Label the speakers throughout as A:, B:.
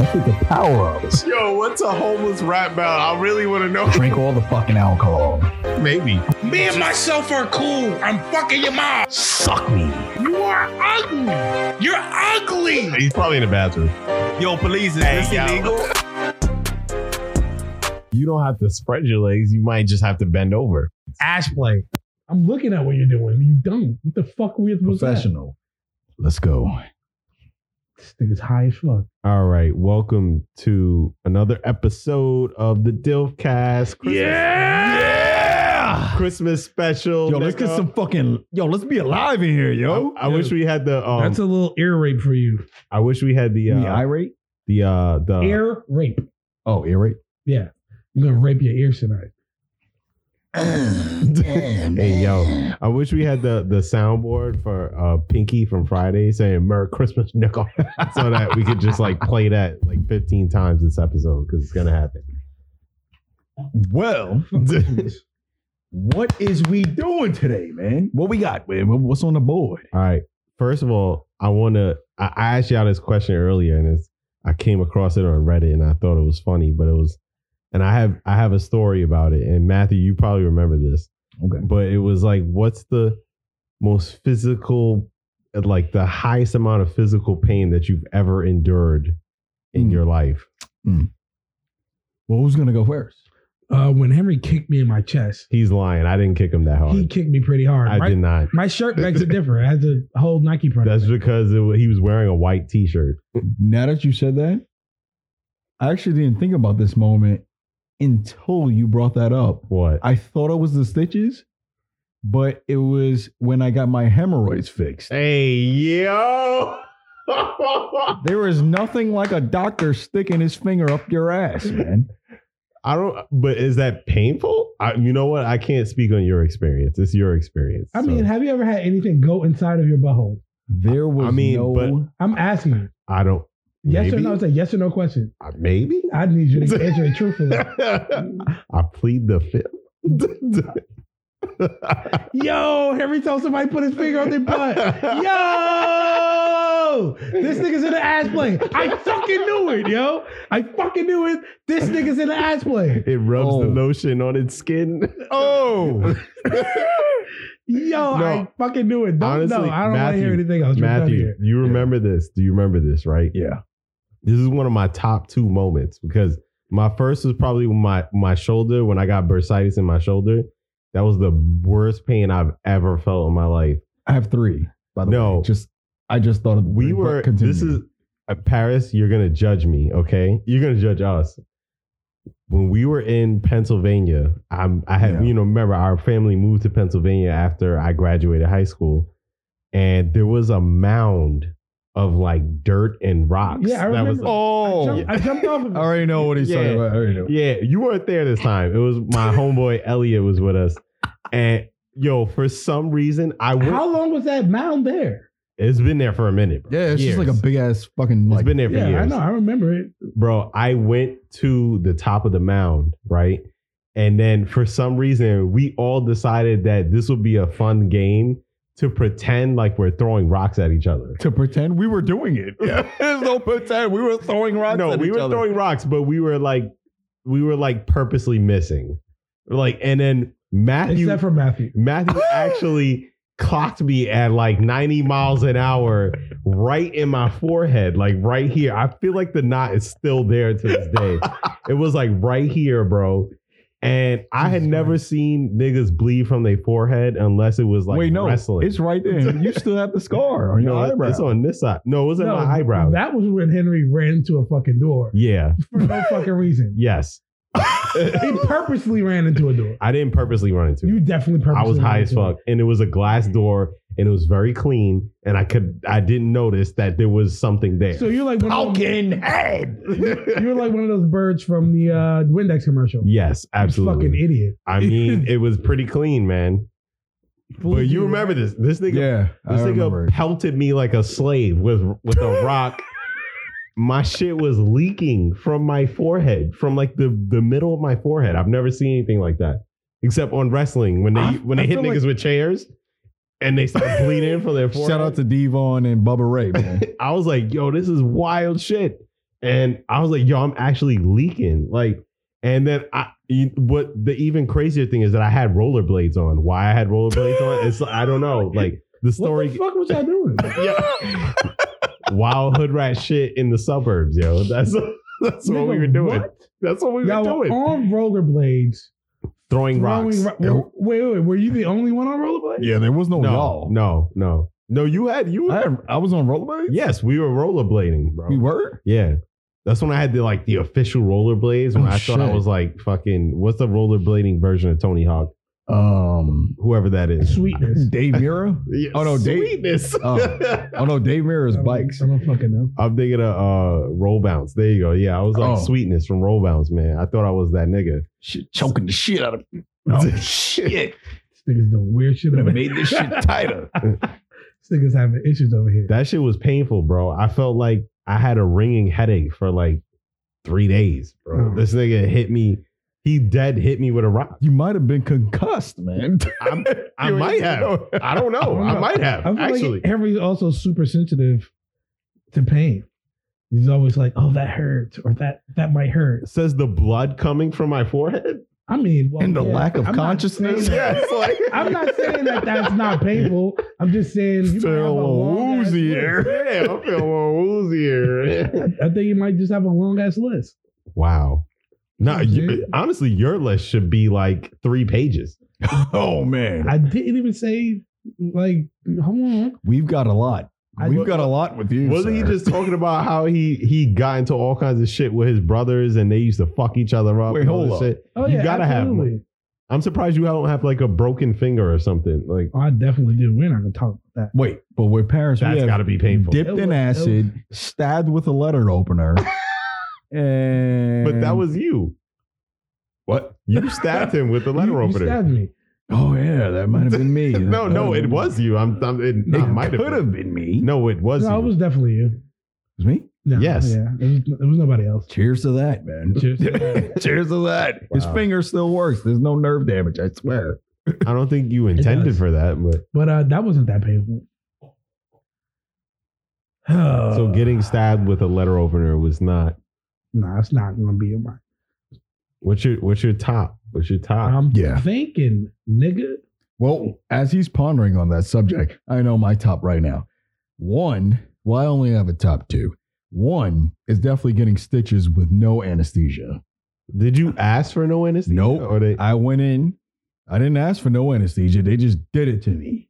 A: is the power of it?
B: Yo, what's a homeless rap battle? I really want to know.
A: Drink all the fucking alcohol.
B: Maybe.
C: Me and myself are cool. I'm fucking your mom.
A: Suck me.
C: You are ugly. You're ugly.
B: He's probably in the bathroom. Yo, police, is
C: this illegal?
B: You don't have to spread your legs. You might just have to bend over.
D: Ash play. I'm looking at what you're doing. You don't. What the fuck were you supposed to
A: Professional. Let's go.
D: This dude's high as fuck.
B: All right. Welcome to another episode of the Dilfcast. Christmas,
A: Yeah.
B: Christmas special.
A: Yo, let's get
B: nigga.
A: some fucking. Yo, let's be alive in here, yo.
B: I, I wish we had the. Um,
D: That's a little ear rape for you.
B: I wish we had the. Uh,
A: Me irate.
B: the uh, the.
D: ear rape.
A: Oh, irate.
D: Yeah. I'm gonna rape your ears tonight.
B: Hey yo, I wish we had the the soundboard for uh, Pinky from Friday saying "Merry Christmas, Nickel," so that we could just like play that like 15 times this episode because it's gonna happen.
A: Well, what is we doing today, man? What we got? man? What- What's on the board?
B: All right. First of all, I want to. I, I asked y'all this question earlier, and it's, I came across it on Reddit, and I thought it was funny, but it was. And I have I have a story about it, and Matthew, you probably remember this,
A: Okay.
B: but it was like, what's the most physical, like the highest amount of physical pain that you've ever endured in
A: Hmm.
B: your life?
A: Well, who's gonna go first?
D: Uh, when Henry kicked me in my chest,
B: He's lying. I didn't kick him that
D: he
B: hard.
D: kicked me pretty hard.
B: Oh, I
D: my,
B: did not.
D: my shirt makes it different. I had the whole Nike print.
B: That's because it, wa- he was wearing a white T-shirt.
A: Now that you said that, I actually didn't think about this moment until you brought that up.
B: What?
A: I thought it was the stitches, but it was when I got my hemorrhoids fixed.
B: Hey yo.
A: There is nothing like a doctor sticking his finger up your ass, man.
B: I don't. But is that painful? I, you know what? I can't speak on your experience. It's your experience.
D: I
B: so.
D: mean, have you ever had anything go inside of your butthole?
A: There was
B: I mean,
A: no.
B: but-
D: I'm asking you.
B: I don't.
D: Yes or
B: maybe?
D: no? It's a yes or no question.
B: Uh, Maybe.
D: I need you to answer it truthfully.
B: I plead the fifth.
D: Yo, every time somebody put his finger on their butt. Uh, Yo, this nigga's in the ass play. I fucking knew it, yo. I fucking knew it. This nigga's in the ass play.
B: It rubs the
A: Oh.
B: lotion on its skin. Oh,
D: Yo,
B: No.
D: I fucking knew it. Don't, no,
B: Honestly,
D: I don't want to hear
B: Matthew-
D: anything else. We're done
B: Matthew,
D: here.
B: you remember this? Do you remember this? Right?
A: Yeah.
B: This is one of my top two moments because my first was probably my my shoulder when I got bursitis in my shoulder. That was the worst pain I've ever felt in my life.
A: I have three, by the
B: No.
A: way. Just I just thought of
B: we
A: three, but
B: were
A: continue.
B: this is uh, paris you're gonna judge me okay you're gonna judge us when we were in pennsylvania i'm i had
A: Yeah.
B: you know remember our family moved to pennsylvania after i graduated high school and there was a mound of like dirt and rocks
D: Yeah, I
B: was
D: remember. I,
A: Oh,
D: jumped, I jumped off of
A: I
D: it.
A: already know what he's
B: Yeah.
A: talking about. I already know.
B: yeah, you weren't there this time. It was my homeboy Elliot was with us, and yo, for some reason, I went.
D: How long was that mound there?
B: it's been there for a minute. Bro.
A: Yeah, it's just like a
B: Years.
A: big ass fucking.
B: It's
A: Like,
B: been there for
D: Yeah,
B: years.
D: I know. I remember it.
B: bro, I went to the top of the mound, right? And then for some reason, we all decided that this would be a fun game to pretend like we're throwing rocks at each other.
A: to pretend we were doing it. Yeah, there's no pretend. We were throwing rocks.
B: no,
A: at
B: we
A: each
B: were
A: other.
B: throwing rocks, but we were like, we were like purposely missing. Like, and then Matthew,
D: Except for Matthew.
B: Matthew actually clocked me at like 90 miles an hour right in my forehead, like right here. I feel like the knot is still there to this day. it was like right here, bro. And I had
D: Jesus
B: never seen niggas bleed from their forehead unless it was like
A: Wait, no,
B: wrestling.
A: it's right there. You still have the scar on your
B: no,
A: eyebrow.
B: it's on this side. No, it was in
D: No,
B: my eyebrow.
D: That was when Henry ran into a fucking door
B: yeah.
D: for no fucking reason.
B: Yes.
D: He purposely ran into a door.
B: I didn't purposely run into it.
D: You definitely purposely.
B: I was
D: ran
B: high as
D: into it.
B: fuck, and it was a glass door, and it was very clean, and I could I didn't notice that there was something there.
D: So you're like one of them,
A: head.
D: you're like one of those birds from the uh, Windex commercial.
B: yes, absolutely.
D: Fucking idiot.
B: I mean, it was pretty clean, man.
D: Fooled
B: But you remember this? This nigga,
A: Yeah, I
B: this
A: remember.
B: nigga pelted me like a slave with with a rock. My shit was leaking from my forehead, from like the the middle of my forehead. I've never seen anything like that, except on wrestling when they
A: I-
B: when they
A: I
B: hit
A: feel
B: niggas with chairs, and they start bleeding from their forehead.
A: Shout out to Devon and Bubba Ray, man.
B: I was like, yo, this is wild shit. And I was like, yo, I'm actually leaking. Like, and then I, you- what the even crazier thing is that I had rollerblades on. Why I had rollerblades on? It's I don't know. Like the
D: What
B: story.
D: the fuck was I doing?
B: Yeah. Wild hood rat shit in the suburbs, yo. That's that's what we
D: Nigga,
B: were doing.
D: what?
B: That's what we were
D: Y'all were
B: doing.
D: on rollerblades.
B: throwing rocks.
D: Throwing ro- wait, wait, wait, were you the only one on rollerblades?
A: Yeah, there was no,
B: no,
A: y'all.
B: no, no, no. You had you.
A: I, had- I was on rollerblades.
B: yes, we were rollerblading, bro.
A: we were.
B: Yeah. That's when I had the like the official rollerblades when
A: Oh,
B: I thought I
A: shit.
B: was like fucking what's the rollerblading version of Tony Hawk?
A: Um,
B: Whoever that is.
D: Sweetness.
A: Dave Mira.
B: Yeah,
A: Oh, no, Dave-
B: sweetness.
A: Oh. oh no, Dave Mira's bikes.
D: I don't fucking know.
B: I'm thinking of uh roll bounce. There you go. Yeah, I was
A: Oh.
B: like sweetness from roll bounce, man. I thought I was that nigga.
A: Shit, choking the shit out of. Oh shit!
D: This nigga's doing weird shit over
A: Would've
D: here.
A: made this shit tighter.
D: This nigga's having issues over here.
B: That shit was painful, bro. I felt like I had a ringing headache for like three days, bro.
D: Oh.
B: This nigga hit me. He dead hit me with a rock.
A: You might have been concussed, man.
B: I'm, I might have. I don't know. I,
D: don't know.
B: might have.
D: I feel
B: actually,
D: like everybody's also super sensitive to pain. He's always like, "Oh, that hurts," or "That that might hurt."
B: says the blood coming from my forehead.
D: I mean, well,
A: And the
D: yeah,
A: lack of
D: I'm not
A: consciousness.
D: saying that-
B: it's like
D: I'm not saying that that's not painful. I'm just saying you might
A: Still
D: have a
A: a little
D: long ass
A: woozy
D: list.
A: here.
B: Yeah, I feel a little woozier.
D: I think you might just have a long ass list.
B: Wow. No, you,
D: Mhm.
B: honestly, your list should be like three pages.
A: oh man,
D: I didn't even say like, hold on.
A: we've got a lot.
D: I-
A: We've got a lot with you.
B: Wasn't he
A: sir.
B: just talking about how he he got into all kinds of shit with his brothers and they used to fuck each other up?
A: Wait,
B: and all
A: hold
B: this
A: up.
B: Shit?
D: Oh
B: You
D: yeah,
B: gotta have
D: absolutely.
B: I'm surprised you don't have like a broken finger or something. Like
D: Oh, I definitely did. We're not gonna talk about that.
A: Wait, but we're parents. we
B: that's
A: have
B: got to be painful.
A: dipped
D: It
A: in
D: was-
A: acid, stabbed with a letter opener, and
B: but that was you.
A: what?
B: You stabbed him with the letter
D: you,
B: opener.
D: You stabbed me.
A: Oh yeah, that might have been me.
B: no, no, it was you. I'm. I'm it
A: It
B: it might
A: could have been me.
B: No, it was
D: no,
B: you.
D: it was definitely you.
A: it was me.
D: No,
B: Yes.
D: Yeah. It was, it was nobody else.
A: Cheers to that, man.
D: Cheers to that.
A: Cheers to that. His
B: Wow.
A: finger still works. There's no nerve damage. I swear.
B: I don't think you
D: does.
B: intended for that, but
D: But uh, that wasn't that painful.
A: Uh,
B: so getting stabbed with a letter opener was not.
D: Nah, it's not gonna be in my.
B: What's your What's your top? What's your top?
D: I'm
A: yeah.
D: thinking, nigga.
A: Well, as he's pondering on that subject, I know my top right now. One, well, I only have a top two. One is definitely getting stitches with no anesthesia.
B: Did you ask for no anesthesia?
A: Nope.
B: Or they,
A: I went in. I didn't ask for no anesthesia. They just did it to me.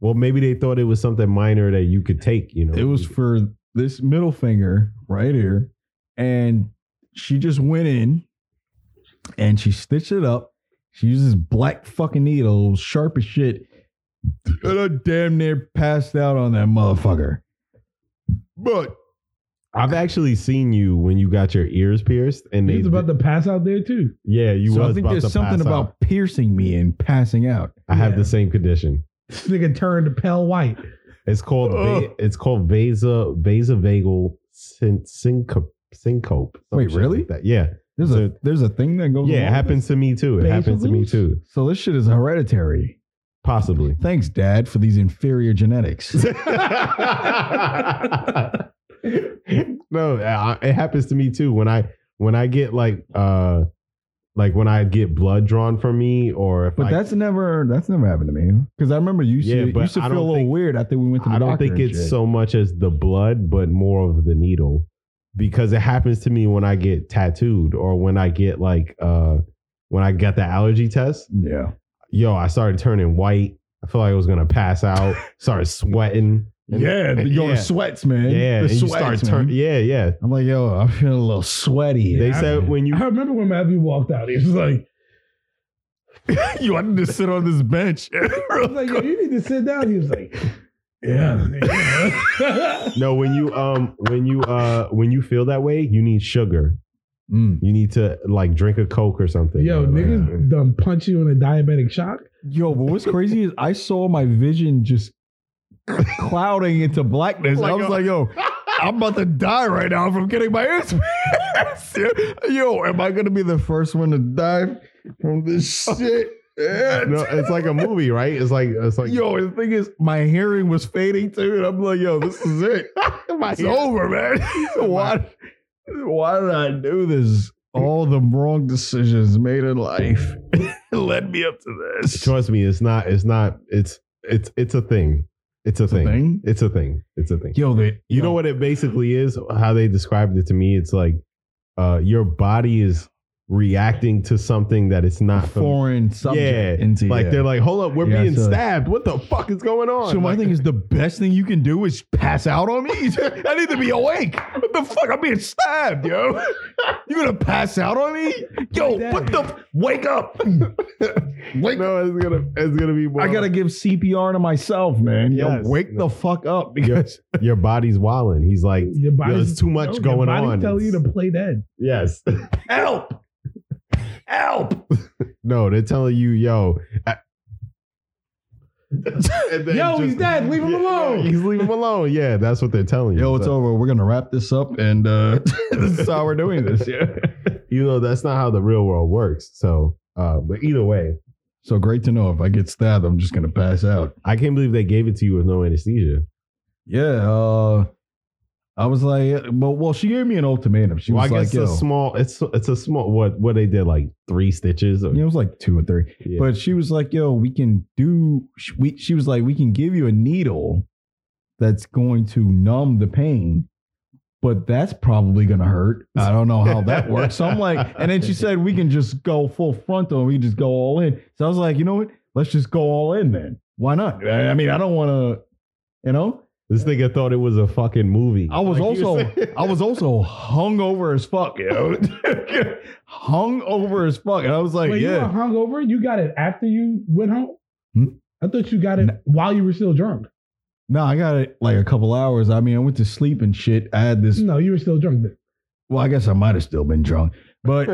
B: well, maybe they thought it was something minor that you could take. You know,
A: It was for this middle finger right here. And she just went in and she stitched it up. She uses black fucking needles, sharp as shit. And I damn near passed out on that motherfucker. But
B: I've actually seen you when you got your ears pierced, and
D: He
B: they
D: was about to pass out there too.
B: yeah, you
A: so
B: was
A: I think
B: about to
A: there's something
B: pass out.
A: about piercing me and passing out.
B: I have
D: Yeah.
B: the same condition.
D: This nigga turned pale white.
B: It's called va-
A: Ugh.
B: it's called vasa vasovagal syn- syncope. Syncope. some
A: Wait,
B: shit
A: really?
B: Like that. Yeah.
A: There's a there's a thing that goes.
B: Yeah, it
A: along with
B: happens to me too. It happens to me
D: Vasovagal?
B: too.
A: this. So this shit is hereditary.
B: Possibly.
A: Thanks, Dad, for these inferior genetics.
B: no, I- it happens to me too. When I when I get like uh like when I get blood drawn from me or if
A: But
B: I,
A: that's never that's never happened to me because I remember you used
B: Yeah,
A: to, you
B: but
A: used to
B: I
A: feel a
B: don't
A: little
B: think-
A: weird after we went to the
B: I don't
A: doctor
B: think
A: and
B: it's
A: shit.
B: so much as the blood, but more of the needle. Because it happens to me when I get tattooed or when I get like uh when I got the allergy test.
A: yeah.
B: Yo, I started turning white. I feel like I was gonna pass out, started sweating.
A: Yeah,
B: and-
A: your
B: yeah.
A: sweats, man.
B: Yeah,
A: the
B: and you
A: sweats,
B: start
A: man.
B: turn yeah, yeah.
A: I'm like, yo, I'm feeling a little sweaty.
B: They said when you
D: I remember when Matthew walked out. He was like,
A: you wanted to sit on this bench.
D: I was like, Yo, you need to sit down. He was like, Yeah. nigga."
B: No, when you um when you uh when you feel that way, you need sugar.
A: Mm.
B: You need to like drink a coke or something.
D: Yo,
B: Like,
D: niggas done punch you in a diabetic shock.
A: Yo, but what's crazy is I saw my vision just clouding into blackness.
B: Like
A: I was
B: a-
A: like, yo, I'm about to die right now from getting my ears pierced. Yo, am I gonna be the first one to die from this shit?
B: No, it's like a movie, right? It's like it's like
A: yo, the thing is, my hearing was fading too, and I'm like, yo, this is it.
B: my
A: It's over, man. Why? Why did I do this? All the wrong decisions made in life led me up to this.
B: Trust me, it's not. It's not. It's it's it's a thing. It's a, thing.
A: Thing?
B: It's a thing. It's a thing.
A: Yo, that
B: You know what it basically is? How they described it to me, it's like uh, your body is reacting to something that it's not fam-
A: Foreign subject into
B: like
A: yeah.
B: they're like, hold up, we're
A: Yeah, I
B: being
A: saw that.
B: stabbed. What the fuck is going on?
A: So my
B: Like,
A: thing is the best thing you can do is pass out on me. I need to be awake. What the fuck? I'm being stabbed, yo. You gonna pass out on me? Yo, what the? Wake up! Wake up!
B: no, it's gonna it's gonna be. More,
A: I gotta give CPR to myself, man.
B: Yes.
A: Yo, wake the fuck up because
B: Your body's wilding. He's like,
D: Your body's
B: there's too much
D: your
B: going
D: body's
B: on.
D: telling you to play dead.
B: yes.
A: help, help.
B: No, they're telling you, yo. I- And then
D: Yo, he's dead. Leave him
B: Yeah,
D: alone.
B: He's leave him alone. Yeah, that's what they're telling you.
A: Yo, it's
B: So-
A: over. We're gonna wrap this up, and uh, this is how we're doing this. Yeah.
B: you know that's not how the real world works. So, uh, but either way,
A: So great to know. If I get stabbed, I'm just gonna pass out.
B: I can't believe they gave it to you with no anesthesia.
A: Yeah. Uh, I was like, well, well, she gave me an ultimatum. She
B: well, I
A: was like,
B: guess
A: yo,
B: it's a small. It's it's a small. What what they did like three stitches. Or,
A: Yeah, it was like two or three.
B: yeah.
A: But she was like, yo, we can do, sh- we, she was like, we can give you a needle that's going to numb the pain, but that's probably going to hurt. I don't know how that works. So I'm like, and then she said, we can just go full frontal and we can just go all in. So I was like, you know what? Let's just go all in then. Why not? I I mean, I don't want to, you know,
B: this nigga thought it was a fucking movie.
A: I was
B: Like you
A: also
B: said.
A: I was also hungover as fuck, yo. hungover as fuck. And I was like,
D: Wait, you were
A: Oh, yeah.
D: hungover? You got it after you went home?
A: Hmm?
D: I thought you got it while you were still drunk.
A: No, I got it like a couple hours. I mean, I went to sleep and shit. I had this
D: No, you were still drunk. then.
A: well, I guess I might have still been drunk. But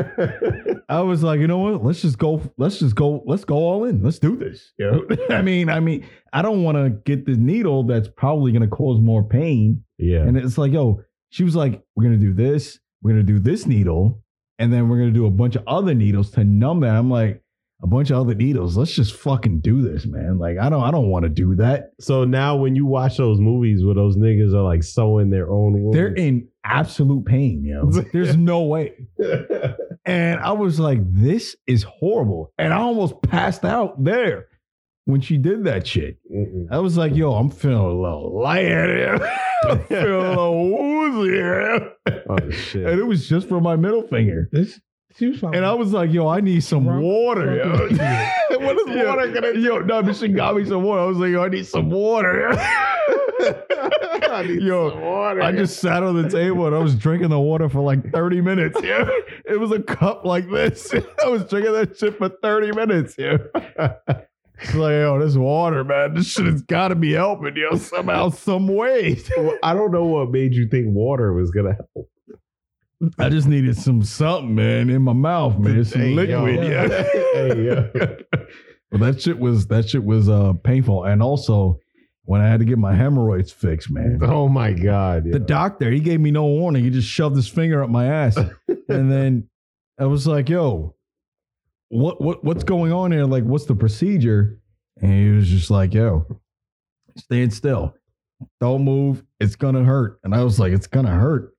A: I was like, you know what? Let's just go, let's just go, let's go all in. Let's do this. You know? I mean, I mean, I don't want to get this needle that's probably gonna cause more pain.
B: yeah.
A: And it's like, yo, she was like, we're gonna do this, we're gonna do this needle, and then we're gonna do a bunch of other needles to numb that. I'm like, a bunch of other needles. Let's just fucking do this, man. Like, I don't, I don't want to do that.
B: So now when you watch those movies where those niggas are like sewing their own wounds,
A: They're in absolute pain, yo. There's no way. And I was like, this is horrible. And I almost passed out there when she did that shit.
B: Mm-mm.
A: I was like, yo, I'm feeling a little light here. I'm feeling a little woozy here.
B: oh shit.
A: And it was just from my middle finger.
D: This she was fine.
A: And I was like, yo, I need some
D: Drunk-
A: water. Yo.
D: drunk
A: what is water gonna Yo, no, but she got me some water. I was like, yo, I need some water. yo, I just sat on the table and I was drinking the water for like 30 minutes. Yeah. It was a cup like this. I was drinking that shit for 30 minutes. Yeah. It's like, yo, this water, man, this shit has got to be helping, yo, somehow, some way.
B: Well, I don't know what made you think water was gonna help.
A: I just needed some something, man, in my mouth, man, some
B: Hey, yo.
A: liquid, yeah.
B: Hey, yo.
A: Well, that shit was that shit was uh painful, and also when I had to get my hemorrhoids fixed, man.
B: Oh my god.
A: The
B: yo.
A: doctor, he gave me no warning. He just shoved his finger up my ass, and then I was like, "Yo, what what what's going on here? Like, what's the procedure?" And he was just like, "Yo, stand still, don't move. It's gonna hurt." And I was like, "It's gonna hurt."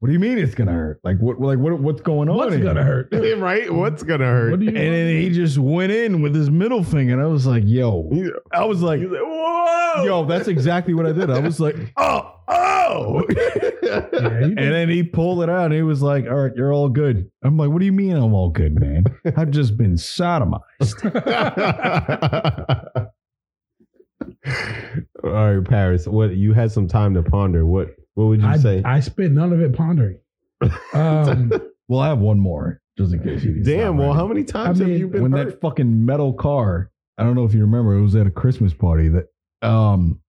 A: What do you mean it's gonna hurt? Like what? Like what? What's going on?
D: what's
A: here?
D: gonna hurt?
B: right? What's gonna hurt?
D: What do you
A: And then he just went in with his middle finger, and I was like, "Yo,
B: Yeah.
A: I was like,
B: He's like, whoa!
A: Yo, that's exactly what I did. I was like, oh, oh.
D: Yeah, you
A: And then he pulled it out and he was like, all right, you're all good. I'm like, what do you mean I'm all good, man? I've just been sodomized.
B: All right, Paris. What you had some time to ponder. What what would you
D: I,
B: say?
D: I spent none of it pondering. Um,
A: Well, I have one more just in case you need
B: Damn.
A: some,
B: Well,
A: right?
B: how many times
D: I
B: have
D: mean,
B: you been
A: when
B: hurt?
A: that fucking metal car, I don't know if you remember, it was at a Christmas party that, um,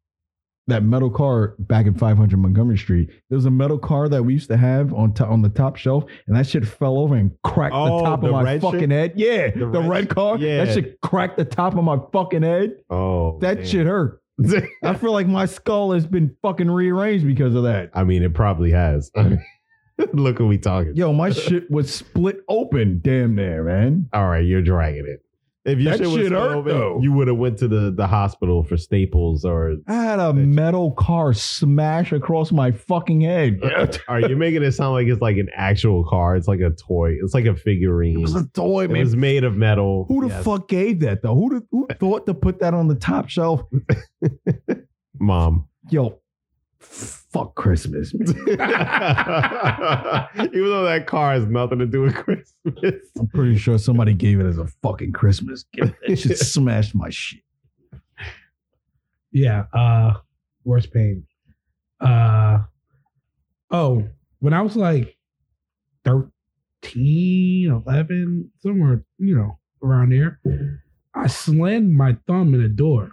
A: that metal car back in 500 Montgomery Street. There was a metal car that we used to have on top on the top shelf, and that shit fell over and cracked
B: Oh,
A: the top
B: the
A: of my
B: red shit?
A: fucking head. Yeah,
B: The
A: the,
B: red
A: red,
B: shit?
A: car.
B: Yeah.
A: That shit cracked the top of my fucking head.
B: oh,
A: That
B: damn.
A: shit hurt. I feel like my skull has been fucking rearranged because of that.
B: I mean, it probably has. Look what we talking.
A: Yo, my shit was split open, damn near, man.
B: All right, you're dragging it. If your
A: That
B: shit was
A: shit
B: still
A: hurt,
B: open,
A: though.
B: you would have went to the, the hospital for staples or
A: I had a metal car smash across my fucking head. It
B: All right, you're making it sound like it's like an actual car. It's like a toy. It's like a figurine. It
A: was
B: was,
A: a toy, man.
B: made of metal.
A: who the
B: Yes.
A: fuck gave that though? Who the, who thought to put that on the top shelf?
B: Mom.
A: Yo, fuck Christmas, man.
B: Even though that car has nothing to do with Christmas.
A: I'm pretty sure somebody gave it as a fucking Christmas gift. It just smashed my shit.
D: Yeah. Uh worst pain. Uh oh, when I was like 13, 11, somewhere, you know, around there, I slammed my thumb in a door.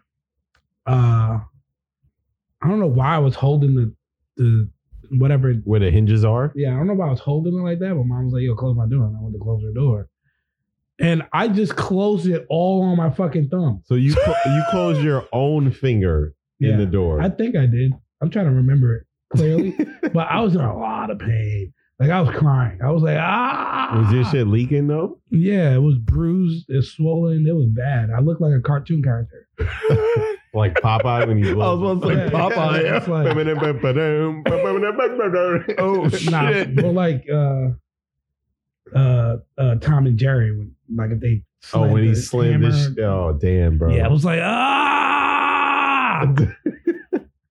D: Uh I don't know why I was holding the the whatever
B: Where the hinges are?
D: yeah, I don't know why I was holding it like that, but mom was like, yo, close my door. And I went to close her door. And I just closed it all on my fucking thumb.
B: So you cl- you close your own finger in
D: Yeah.
B: the door.
D: I think I did. I'm trying to remember it clearly, but I was in a lot of pain. Like I was crying. I was like, ah.
B: was your shit leaking though?
D: Yeah, it was bruised, it was swollen, it was bad. I looked like a cartoon character.
B: Like Popeye when he blows.
A: about to say
D: Popeye. It's
A: Oh
D: Nah, but like uh, uh, uh, Tom and Jerry when like if they
B: oh, when he
D: the
B: slammed this.
D: hammer.
B: Sh- oh, damn, bro.
D: Yeah, I was like ah.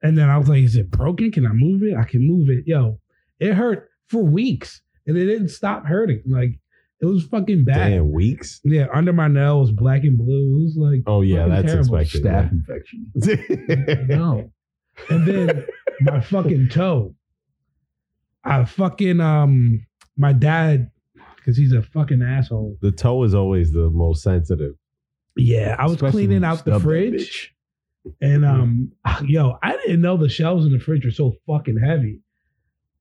D: And then I was like, is it broken? Can I move it? I can move it. Yo, it hurt for weeks and it didn't stop hurting. Like it was fucking bad.
B: damn weeks.
D: Yeah, under my nail was black and blue. It was like,
B: Oh yeah,
D: Fucking
B: that's
D: terrible.
B: expected.
A: Staph infection.
B: yeah.
D: no. And then my fucking toe. I fucking um my dad, because he's a fucking asshole.
B: the toe is always the most sensitive.
D: Yeah, I was
A: Especially when
D: cleaning
A: you
D: out
A: snub
D: the
A: that
D: fridge.
A: bitch.
D: And um, yo, I didn't know the shelves in the fridge were so fucking heavy.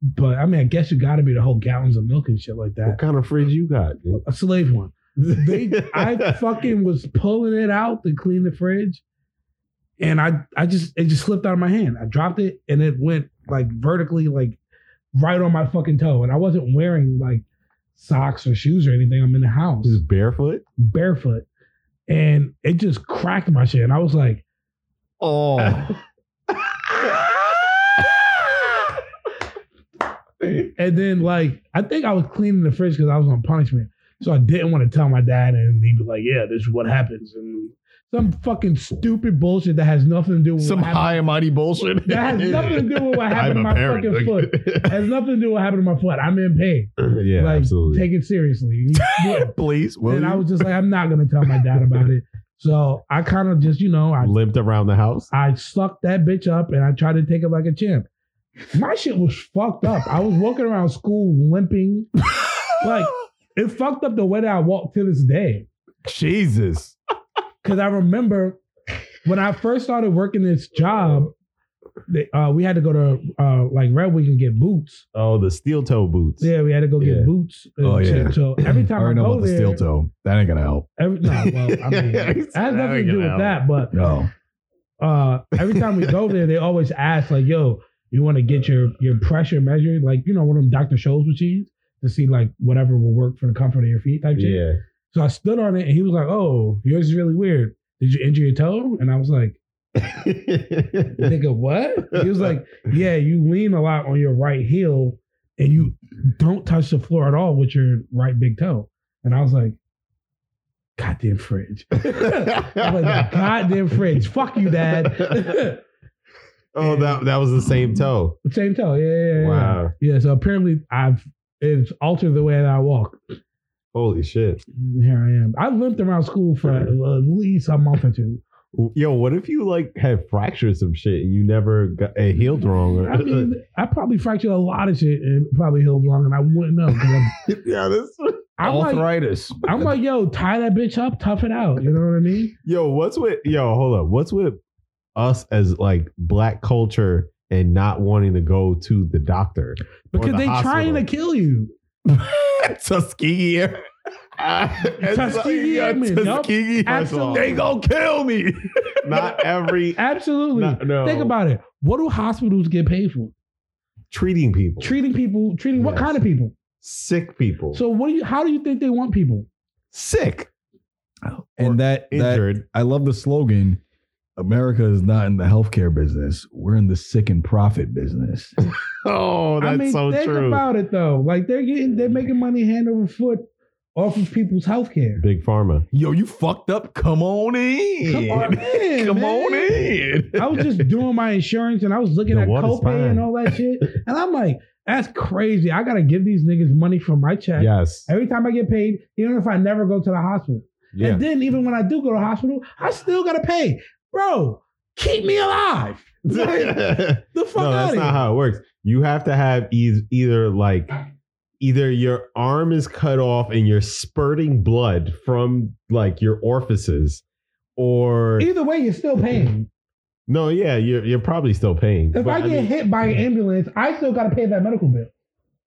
D: But I mean, I guess you got to be the whole gallons of milk and shit like
B: What
D: that.
B: kind of fridge you got? dude?
D: A slave one. They, I fucking was pulling it out to clean the fridge, and I, I just, it just slipped out of my hand. I dropped it, and it went like vertically, like right on my fucking toe. And I wasn't wearing like socks or shoes or anything. I'm in the house
B: Just barefoot.
D: barefoot, and it just cracked my shit. And I was like.
A: Oh,
D: And then like I think I was cleaning the fridge because I was on punishment. So I didn't want to tell my dad and he'd be like, Yeah, this is what happens. And some fucking stupid bullshit that has nothing to do with
A: some
D: what happened.
A: high and mighty bullshit.
D: That has nothing to do with what happened to my fucking foot. Has nothing to do with what happened to my foot. I'm in pain.
B: yeah,
D: like
B: absolutely.
D: take it seriously. Yeah.
A: Please, will
D: and I
A: you?
D: was just like, I'm not gonna tell my dad about it. So I kind of just, you know, I
B: Limped around the house.
D: I sucked that bitch up and I tried to take it like a champ. My shit was fucked up. I was walking around school limping. Like it fucked up the way that I walk to this day.
A: Jesus.
D: Cause I remember when I first started working this job, they, uh, we had to go to uh, like Red Wing and get boots.
B: Oh, the steel toe boots.
D: Yeah, we had to go
B: Yeah.
D: get boots. and
A: Oh,
D: shit.
A: yeah.
D: So every
A: I
D: time I,
A: already know
D: go
A: about the
D: there,
A: steel toe. That ain't gonna help.
D: every- nah, well, I mean, that has nothing to do with that. But
A: No.
D: uh every time we go there, they always ask like, "Yo, you want to get your your pressure measured, like you know one of them Dr. Scholl's machines to see like whatever will work for the comfort of your feet type shit."
B: Yeah.
D: So I stood on it, and he was like, "Oh, yours is really weird. Did you injure your toe?" And I was like, "Nigga, what?" He was like, "Yeah, you lean a lot on your right heel, and you don't touch the floor at all with your right big toe." And I was like, "Goddamn fridge! I was like, Goddamn fridge! Fuck you, dad!"
B: oh, that that was the same toe.
D: Same toe, yeah, yeah, yeah. yeah.
B: Wow.
D: Yeah, so apparently I've it's altered the way that I walk. Mm,
B: Holy shit.
D: Here I am. I limped around school for at least a month or two.
B: Yo, what if you like had fractured some shit and you never got it healed wrong? Or,
D: I mean, I probably fractured a lot of shit and probably healed wrong, and I wouldn't know. 'cause I'm,
B: yeah, this.
D: I'm like,
A: Arthritis.
D: I'm like, yo, tie that bitch up, tough it out. You know what I mean?
B: Yo, what's with yo? Hold up, what's with us as like black culture and not wanting to go to the doctor?
D: Because
B: the
D: they
B: hospital.
D: trying to kill you.
A: Tuskegee Air.
D: Tuskegee Airmen, yup.
A: Tuskegee.
D: Absolutely.
A: They gonna kill me.
B: Not every.
D: Absolutely.
B: not, no.
D: Think about it. What do hospitals get paid for?
B: treating people,
D: Treating people, treating what
B: Yes.
D: kind of people?
B: sick people.
D: So what do you? How do you think they want people?
B: sick.
A: and that, that
B: injured.
A: I love the slogan. America is not in the healthcare business. We're in the sick and profit business.
B: oh, that's
D: I mean,
B: so
D: think
B: true.
D: about it though. Like they're getting, they're making money hand over foot off of people's healthcare.
B: Big pharma.
A: Yo, you fucked up. Come on in.
D: Come on in,
A: Come
D: man.
A: on in.
D: I was just doing my insurance and I was looking
B: The
D: at
B: water's
D: copay
B: fine.
D: and all that shit, and I'm like, that's crazy. I gotta give these niggas money for my check.
B: Yes.
D: Every time I get paid, even if I never go to the hospital.
B: Yeah.
D: And then even when I do go to the hospital, I still gotta pay. Bro, keep me alive. Like, the fuck
B: no,
D: out
B: that's
D: of
B: not
D: here.
B: how it works. You have to have eith- either like either your arm is cut off and you're spurting blood from like your orifices, or
D: Either way, you're still paying.
B: no, yeah, you're you're probably still paying.
D: If
B: But
D: I get
B: mean,
D: hit by an ambulance, I still gotta pay that medical bill.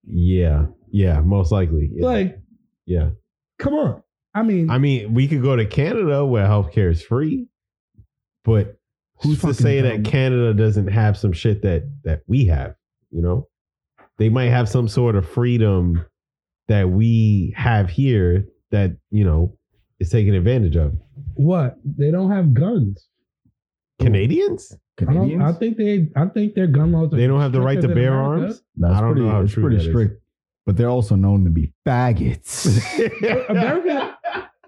B: yeah, yeah, most likely, yeah,
D: Like,
B: yeah.
D: come on. I mean,
B: I mean, we could go to Canada where healthcare is free, but who's to
D: Fucking
B: say
D: dumb.
B: that Canada doesn't have some shit that that we have? You know, they might have some sort of freedom that we have here that you know is taken advantage of.
D: what? They don't have guns.
B: Canadians?
D: I, don't,
A: Canadians?
D: I think they. I think their gun laws. Are
B: They don't have the right to
D: stricter than
B: bear
D: America.
B: arms.
A: That's
B: I don't
A: pretty,
B: know how
A: it's
B: true
A: pretty
B: that is.
A: strict, but they're also known to be faggots.
D: America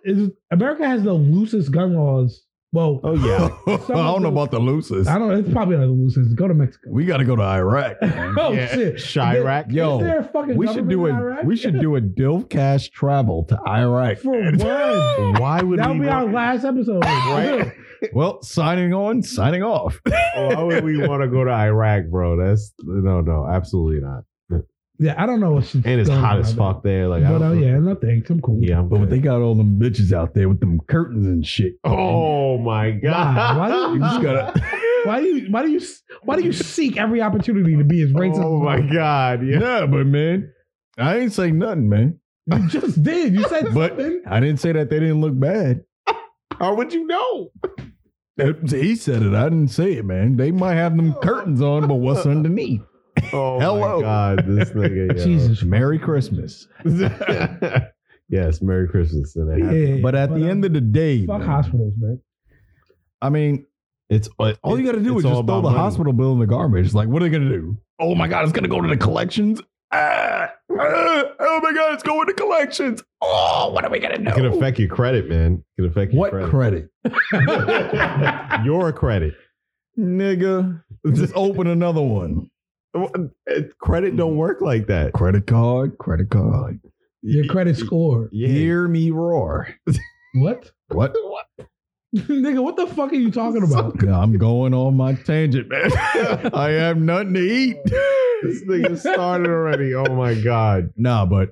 D: is. America has the loosest gun laws. Well,
B: oh yeah,
A: I don't know about the loosest.
D: I don't. It's probably not the loosest. Go to Mexico.
A: We got to go to Iraq. man.
D: Oh
B: Yeah.
D: shit!
B: Chirac.
A: Yo,
D: is there a fucking
A: we should do
D: it.
A: a we should do a Dilf Cash travel to Iraq.
D: for one.
B: Why would
D: That'll
B: we
D: be
B: want-
D: our last episode,
B: Right?
A: Well, signing on, signing off.
B: Why would we want to go to Iraq, bro? That's no, no, absolutely not.
D: Yeah, I don't know what shit's
B: And it's
D: going
B: hot
D: on
B: as
D: out there.
B: fuck there. Like, I
D: But oh
B: don't-
D: yeah, no thanks. I'm cool.
B: yeah, I'm
A: But
B: good.
A: they got all them bitches out there with them curtains and shit.
B: Oh my god!
D: Why- why do
A: you just gotta.
D: Why do you? Why do you? Why do you seek every opportunity to be as racist?
B: Oh
D: as
B: my god! Yeah.
A: Yeah, but man, I ain't say nothing, man.
D: You just did. You said
A: But-
D: something.
A: I didn't say that they didn't look bad.
B: How would you know?
A: That- He said it. I didn't say it, man. They might have them curtains on, but what's underneath?
B: Oh
A: Hello.
B: my god! This nigga. yo.
D: Jesus.
A: Merry Christmas.
B: yes. Merry Christmas and a happy-
D: Yeah,
A: But at the
D: um,
A: end of the day,
D: fuck
A: man,
D: hospitals, man.
A: I mean,
B: It's
A: all you got to do is just throw the hospital bill in the garbage. Like, what are they going to do? Oh my God, it's going to go to the collections. Ah, ah, oh my God, it's going to collections. Oh, what are we going to do?
B: It can affect your credit, man. It can affect your
A: what
B: credit.
A: credit?
B: your credit.
A: Nigga, just open another one.
B: um, Credit don't work like that.
A: Credit card, credit card.
D: Your credit score.
B: Yeah.
A: Hear me roar.
D: What?
A: What?
D: Nigga, what the fuck are you talking about?
A: I'm going on my tangent, man. I have nothing to eat.
B: This nigga started already. Oh my god.
A: Nah, but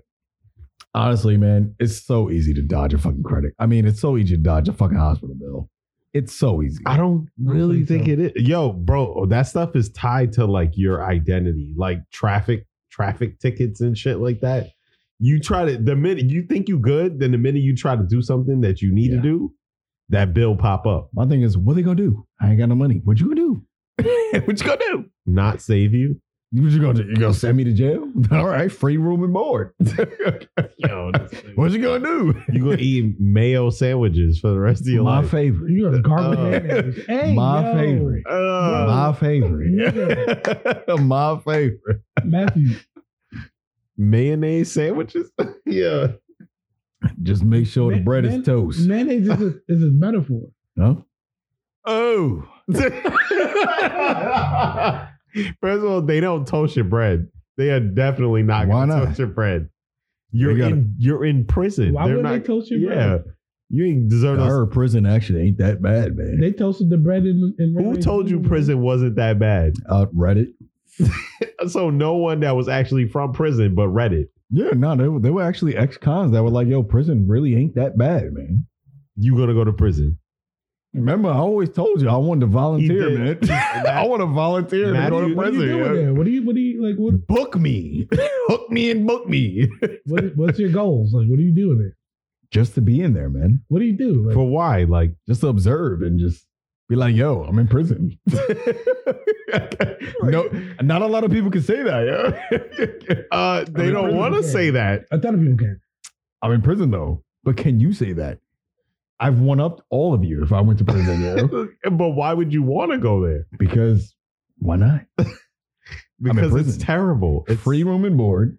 A: honestly, man, it's so easy to dodge a fucking credit. I mean, it's so easy to dodge a fucking hospital bill. It's so easy.
B: I don't really
D: think
B: think
D: so.
B: it is. Yo, bro, that stuff is tied to like your identity, like traffic, traffic tickets and shit like that. You try to the minute you think you good, then the minute you try to do something that you need
A: Yeah.
B: to do, that bill pop up.
A: My thing is, what they gonna do? I ain't got no money. What you gonna do? what you gonna do?
B: Not save you.
A: What you gonna do? You gonna send me to jail? All right, free room and board.
B: Yo,
A: what you gonna do?
B: you gonna eat mayo sandwiches for the rest of your
A: my
B: life.
A: favorite.
D: You're a garbage
B: Oh.
D: man. Hey,
A: My
D: yo,
A: favorite.
B: Uh,
A: my favorite.
D: Nigga,
A: my favorite.
D: Matthew,
B: mayonnaise sandwiches. yeah.
A: Just make sure the
D: Man-
A: bread
D: man-
A: is toast.
D: mayonnaise is a, is a metaphor.
A: Huh? Oh.
B: First of all, they don't toast your bread. They are definitely not
A: Why
B: going to
A: not?
B: toast your bread. You're
A: They gotta-
B: in you're in prison.
D: Why
B: They're
D: would they
B: not-
D: toast your
B: yeah,
D: bread?
B: you ain't deserve no.
A: Her prison actually ain't that bad, man.
D: They toasted the bread in. in
B: Who told you prison wasn't that bad?
A: Out Reddit.
B: So no one that was actually from prison but Reddit.
A: Yeah, no, they, were- they were actually ex cons that were like, yo, prison really ain't that bad, man.
B: You gonna go to prison?
A: Remember, I always told you I wanted to volunteer,
B: He
A: man.
B: did.
A: I want to volunteer to go to
B: Matthew-
D: What are you
A: prison.
D: doing
A: yeah.
D: there? What do you? What do you like? What,
A: Book me, hook me, and book me
D: what? What's your goals? Like, what are you doing there?
A: just to be in there, man.
D: What do you do? Like,
B: For why? Like
A: Just to observe and just be like, yo, I'm in prison. no, not a lot of people can say that. Yeah,
B: uh, they
A: mean,
B: don't
D: prison,
B: want
D: yeah.
B: to say that.
D: a ton of people can.
A: I'm in prison though, but can you say that? I've one up all of you if I went to prison, yo.
B: but why would you want to go there?
A: because why not? in
B: Because it's
A: prison.
B: terrible. It's
A: free room and board,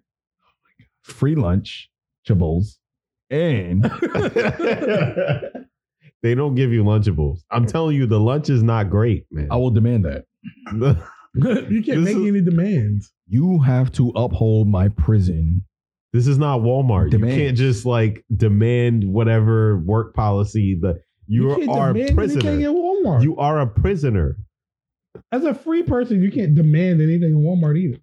A: free lunch, chables, and
B: they don't give you Lunchables. I'm telling you, the lunch is not great, man.
A: I will demand that.
D: you can't
B: This
D: make
B: is-
D: any demands.
A: You have to uphold my prison.
B: this is not Walmart.
A: Demand.
B: You can't just like demand whatever work policy that you,
D: can't
B: are a
D: demand anything
B: prisoner.
D: in Walmart.
B: You are a prisoner.
D: As a free person, you can't demand anything in Walmart either.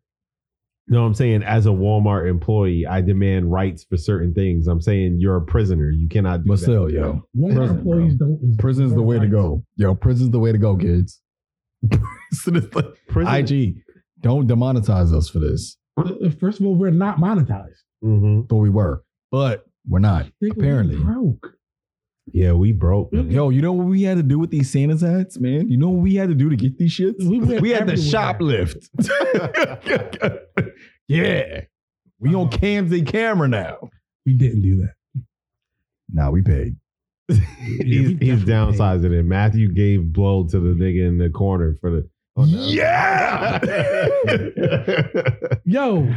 B: No, I'm saying as a Walmart employee, I demand rights for certain things. I'm saying you're a prisoner. You cannot do
A: But
B: that.
A: still, yo,
D: Walmart
A: Prison,
D: employees don't.
A: prison's the
D: don't
A: way to
D: like-
A: go. Yo, prison's the way to go, kids. Prison is the-
B: Prison-
A: IG, don't demonetize us for this.
D: Uh, First of all, we're not monetized.
B: Mhm.
A: But we were, but we're not.
D: Nigga, we
A: Apparently.
D: broke.
B: Yeah, we broke. man.
A: Yo, you know what we had to do with these Santa's hats, man? You know what we had to do to get these shits?
D: We went
A: We had to
D: everywhere.
A: shoplift. yeah. We on
D: Uh-huh.
A: Camzy camera now.
D: We didn't do that.
A: Nah, we paid.
D: we
B: he's he's
D: definitely
B: downsizing it. Matthew gave blow to the nigga in the corner for the.
D: Oh,
B: on the-
D: Yo,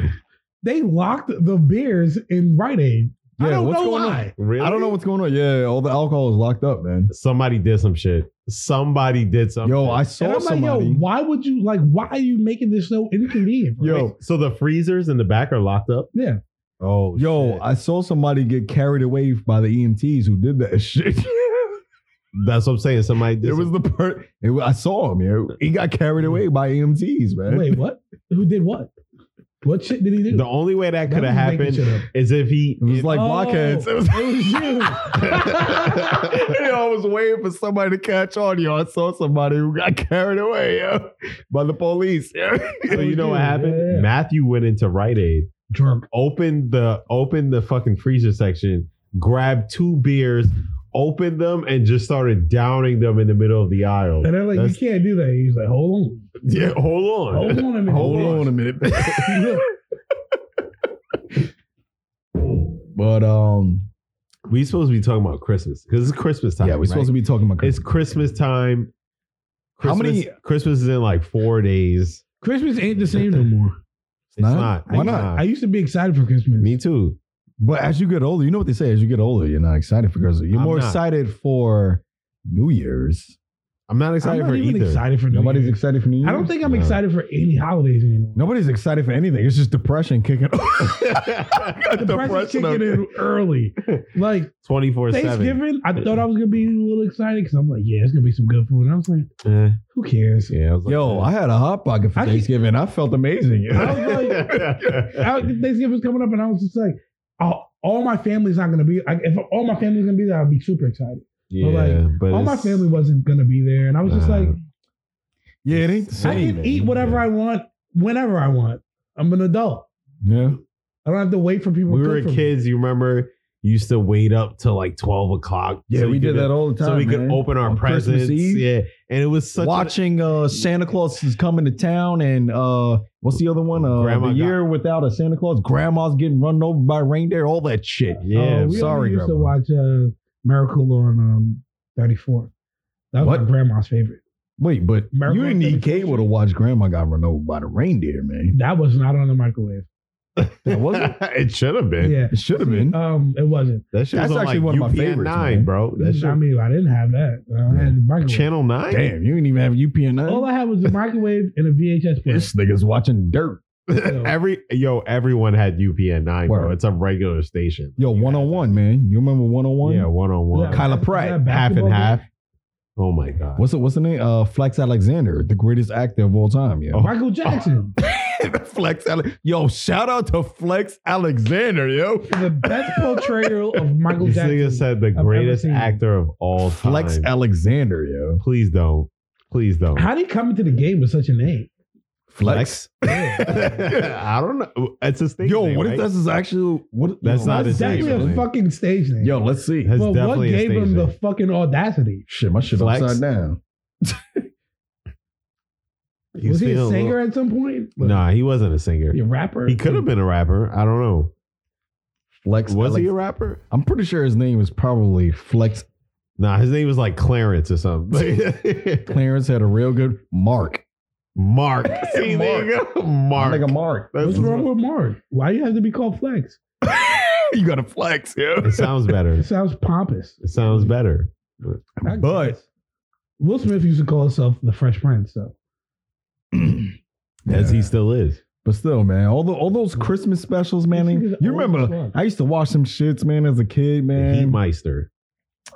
D: they locked the beers in Rite Aid. I
A: Yeah,
D: don't
A: what's
D: know
A: going on?
D: why.
B: really?
A: I don't know what's going on. Yeah, all the alcohol is locked up, man.
B: Somebody did some shit. Somebody did something.
A: Yo, I
D: And
A: saw
D: I'm like,
A: somebody.
D: yo, why would you like? Why are you making this so inconvenient? bro?
A: Yo.
B: So the freezers in the back are locked up.
D: yeah,
B: Oh,
A: Yo,
B: shit.
A: I saw somebody get carried away by the EMTs who did that shit.
B: that's what I'm saying. Somebody did.
A: it was the per- it wa- I saw him. Yo. He got carried away by EMTs, man.
D: wait, what? Who did what? What shit did he
B: some-
D: do?
B: the only way that
D: That
B: could have
D: was making
B: happened
D: shit up.
B: is if he
A: It was like
D: Oh.
A: blockheads. It was-
D: It was you.
A: And I was waiting for somebody to catch on. Yo, I saw somebody who got carried away yo, by the police. Yo.
B: so you know what
D: Yeah,
B: happened?
D: yeah.
B: Matthew went into Rite Aid,
D: Drunk.
B: opened the opened the fucking freezer section, grabbed two beers, opened them, and just started downing them in the middle of the aisle.
D: And they're like, Oh.
B: That's-
D: you can't do that. He's like, hold on.
B: yeah, hold on.
D: Hold on a minute.
A: Hold
D: bitch.
A: on a minute. but um,
B: We supposed to be talking about Christmas because it's Christmas time.
A: yeah, we're supposed to be talking about
B: It's Christmas time.
A: How
B: Christmas,
A: many-
B: Christmas is in like four days.
D: Christmas ain't the same no more.
B: It's
A: Nah,
B: not.
A: why
B: It's
A: not?
D: I used to be excited for Christmas.
B: Me too.
A: But as you get older, you know what they say. As you get older, you're not excited for Christmas. You're
B: I'm
A: more
B: not.
A: excited for New Year's.
B: I'm not
D: I'm
B: excited
D: not
B: for
D: even
B: either.
D: excited for New
A: Nobody's
D: Year's.
A: excited for New Year's.
D: I don't think I'm
B: No.
D: excited for any holidays anymore.
A: nobody's excited for anything. It's just depression kicking.
D: The price is kicking in early. Like
B: 24 7.
D: Thanksgiving, I thought I was gonna be a little excited because I'm like, yeah, it's gonna be some good food. And I was like,
B: Yeah.
D: who cares?
B: Eh, yeah I was like,
A: Yo, I had a hot pocket for
D: I keep-
A: Thanksgiving. I felt amazing.
D: I was like, I, Thanksgiving's coming up, and I was just like, oh, all my family's not gonna be. I, if all my family's gonna be there, I'd be super excited.
B: yeah,
D: like,
B: but
D: all my
B: it's-
D: family wasn't gonna be there, and I was just
B: Uh,
D: like,
A: yeah, it ain't the
D: I
A: same.
D: can
A: man.
D: eat whatever I want, whenever I want. I'm an adult.
A: Yeah.
D: I don't have to wait for people.
B: we
D: to
B: were
D: cook for me.
B: kids. You remember, you used to wait up till like 12 o'clock.
A: Yeah,
B: so
A: we
B: you
A: did
B: could-
A: that all the time.
B: So we could
A: man.
B: open our
A: On Christmas
B: presents.
A: Eve.
B: Yeah. And it was such a
A: Watching uh, Santa Claus is coming to town, and uh, what's the other one? Uh,
B: Grandma
A: the
B: got-
A: year without a Santa Claus, grandma's getting run over by reindeer, all that shit.
B: Yeah.
D: Uh, we
A: sorry,
D: only used
A: Grandma.
D: to watch uh, Miracle on um, 34. That was
A: What?
D: my grandma's favorite.
A: Wait, but
D: Miracle
A: you E didn't need
D: Finish.
A: cable to watch Grandma got run over by the reindeer, man.
D: That was not on the microwave.
A: That wasn't.
B: it should have been.
D: Yeah.
A: It should have been.
D: Um, it wasn't.
B: That shit
A: That's
B: was on
A: actually
B: like
A: one of my
B: UPN
A: favorites,
B: Nine,
A: man. Mm-hmm.
B: bro. That shit,
D: I mean, I didn't have that. I had the microwave.
B: Channel Nine.
A: Damn, you didn't even have UPN.
D: All
A: Nine.
D: I had was the microwave and a VHS player.
A: This nigga's watching dirt.
D: Yo.
B: Every yo, everyone had UPN Nine, bro.
A: Word.
B: It's a regular station.
A: Yo,
B: You
A: one
B: had
A: on
B: that.
A: one, man. You remember one on one?
B: Yeah, one on
D: Yeah,
B: one.
A: Kyler
D: that-
A: Pratt,
D: that
B: Half
D: basketball
B: and
D: game.
B: half. Oh my god.
A: What's the what's the name? Uh, Flex Alexander, the greatest actor of all time.
B: Oh.
A: Yeah.
D: Michael Jackson.
A: Flex Ale- Yo, shout out to Flex Alexander, yo.
D: the best portrayal of Michael
B: this nigga
D: Jackson.
B: said the
D: ever
B: greatest
D: seen.
B: actor of all time.
A: Flex Alexander, yo.
B: Please don't. Please don't.
D: How did he come into the game with such a name?
A: Flex.
B: I don't know. It's a stage
A: Yo,
B: name,
A: what
B: right?
A: if that's his actual? What?
B: That's not his
D: That's
B: name,
D: definitely
B: really.
D: a fucking stage name.
A: Yo, let's see.
B: That's
D: but what
B: definitely a
D: gave
B: stage
D: him the
B: name.
D: fucking audacity?
A: Shit, my shit
B: Flex?
A: upside down.
B: He's
D: was he a
B: feeling
D: singer
B: little-
D: at some point?
B: Nah, he wasn't a singer.
D: He a rapper?
B: He could have been a rapper. I don't know.
A: Flex.
B: Was he
A: Alex-
B: a rapper?
A: I'm pretty sure his name is probably Flex
B: Nah, his name was like Clarence or something.
A: Clarence had a real good mark.
B: Mark. See, there you go. Mark.
A: Like a mark.
B: That's-
D: What's wrong with Mark? Why you have to be called Flex?
A: you got to flex, yo.
B: It sounds better.
D: It sounds pompous.
B: It sounds better.
D: I
A: But-
D: guess. Will Smith used to call himself the Fresh Prince, so
B: As
A: Yeah.
B: he still is.
A: But still, man, all the all those Christmas specials, man.
D: This nigga's
A: You
D: old as
A: remember?
D: fuck.
A: I used to watch some shits, man, as a kid, man.
B: He Meister.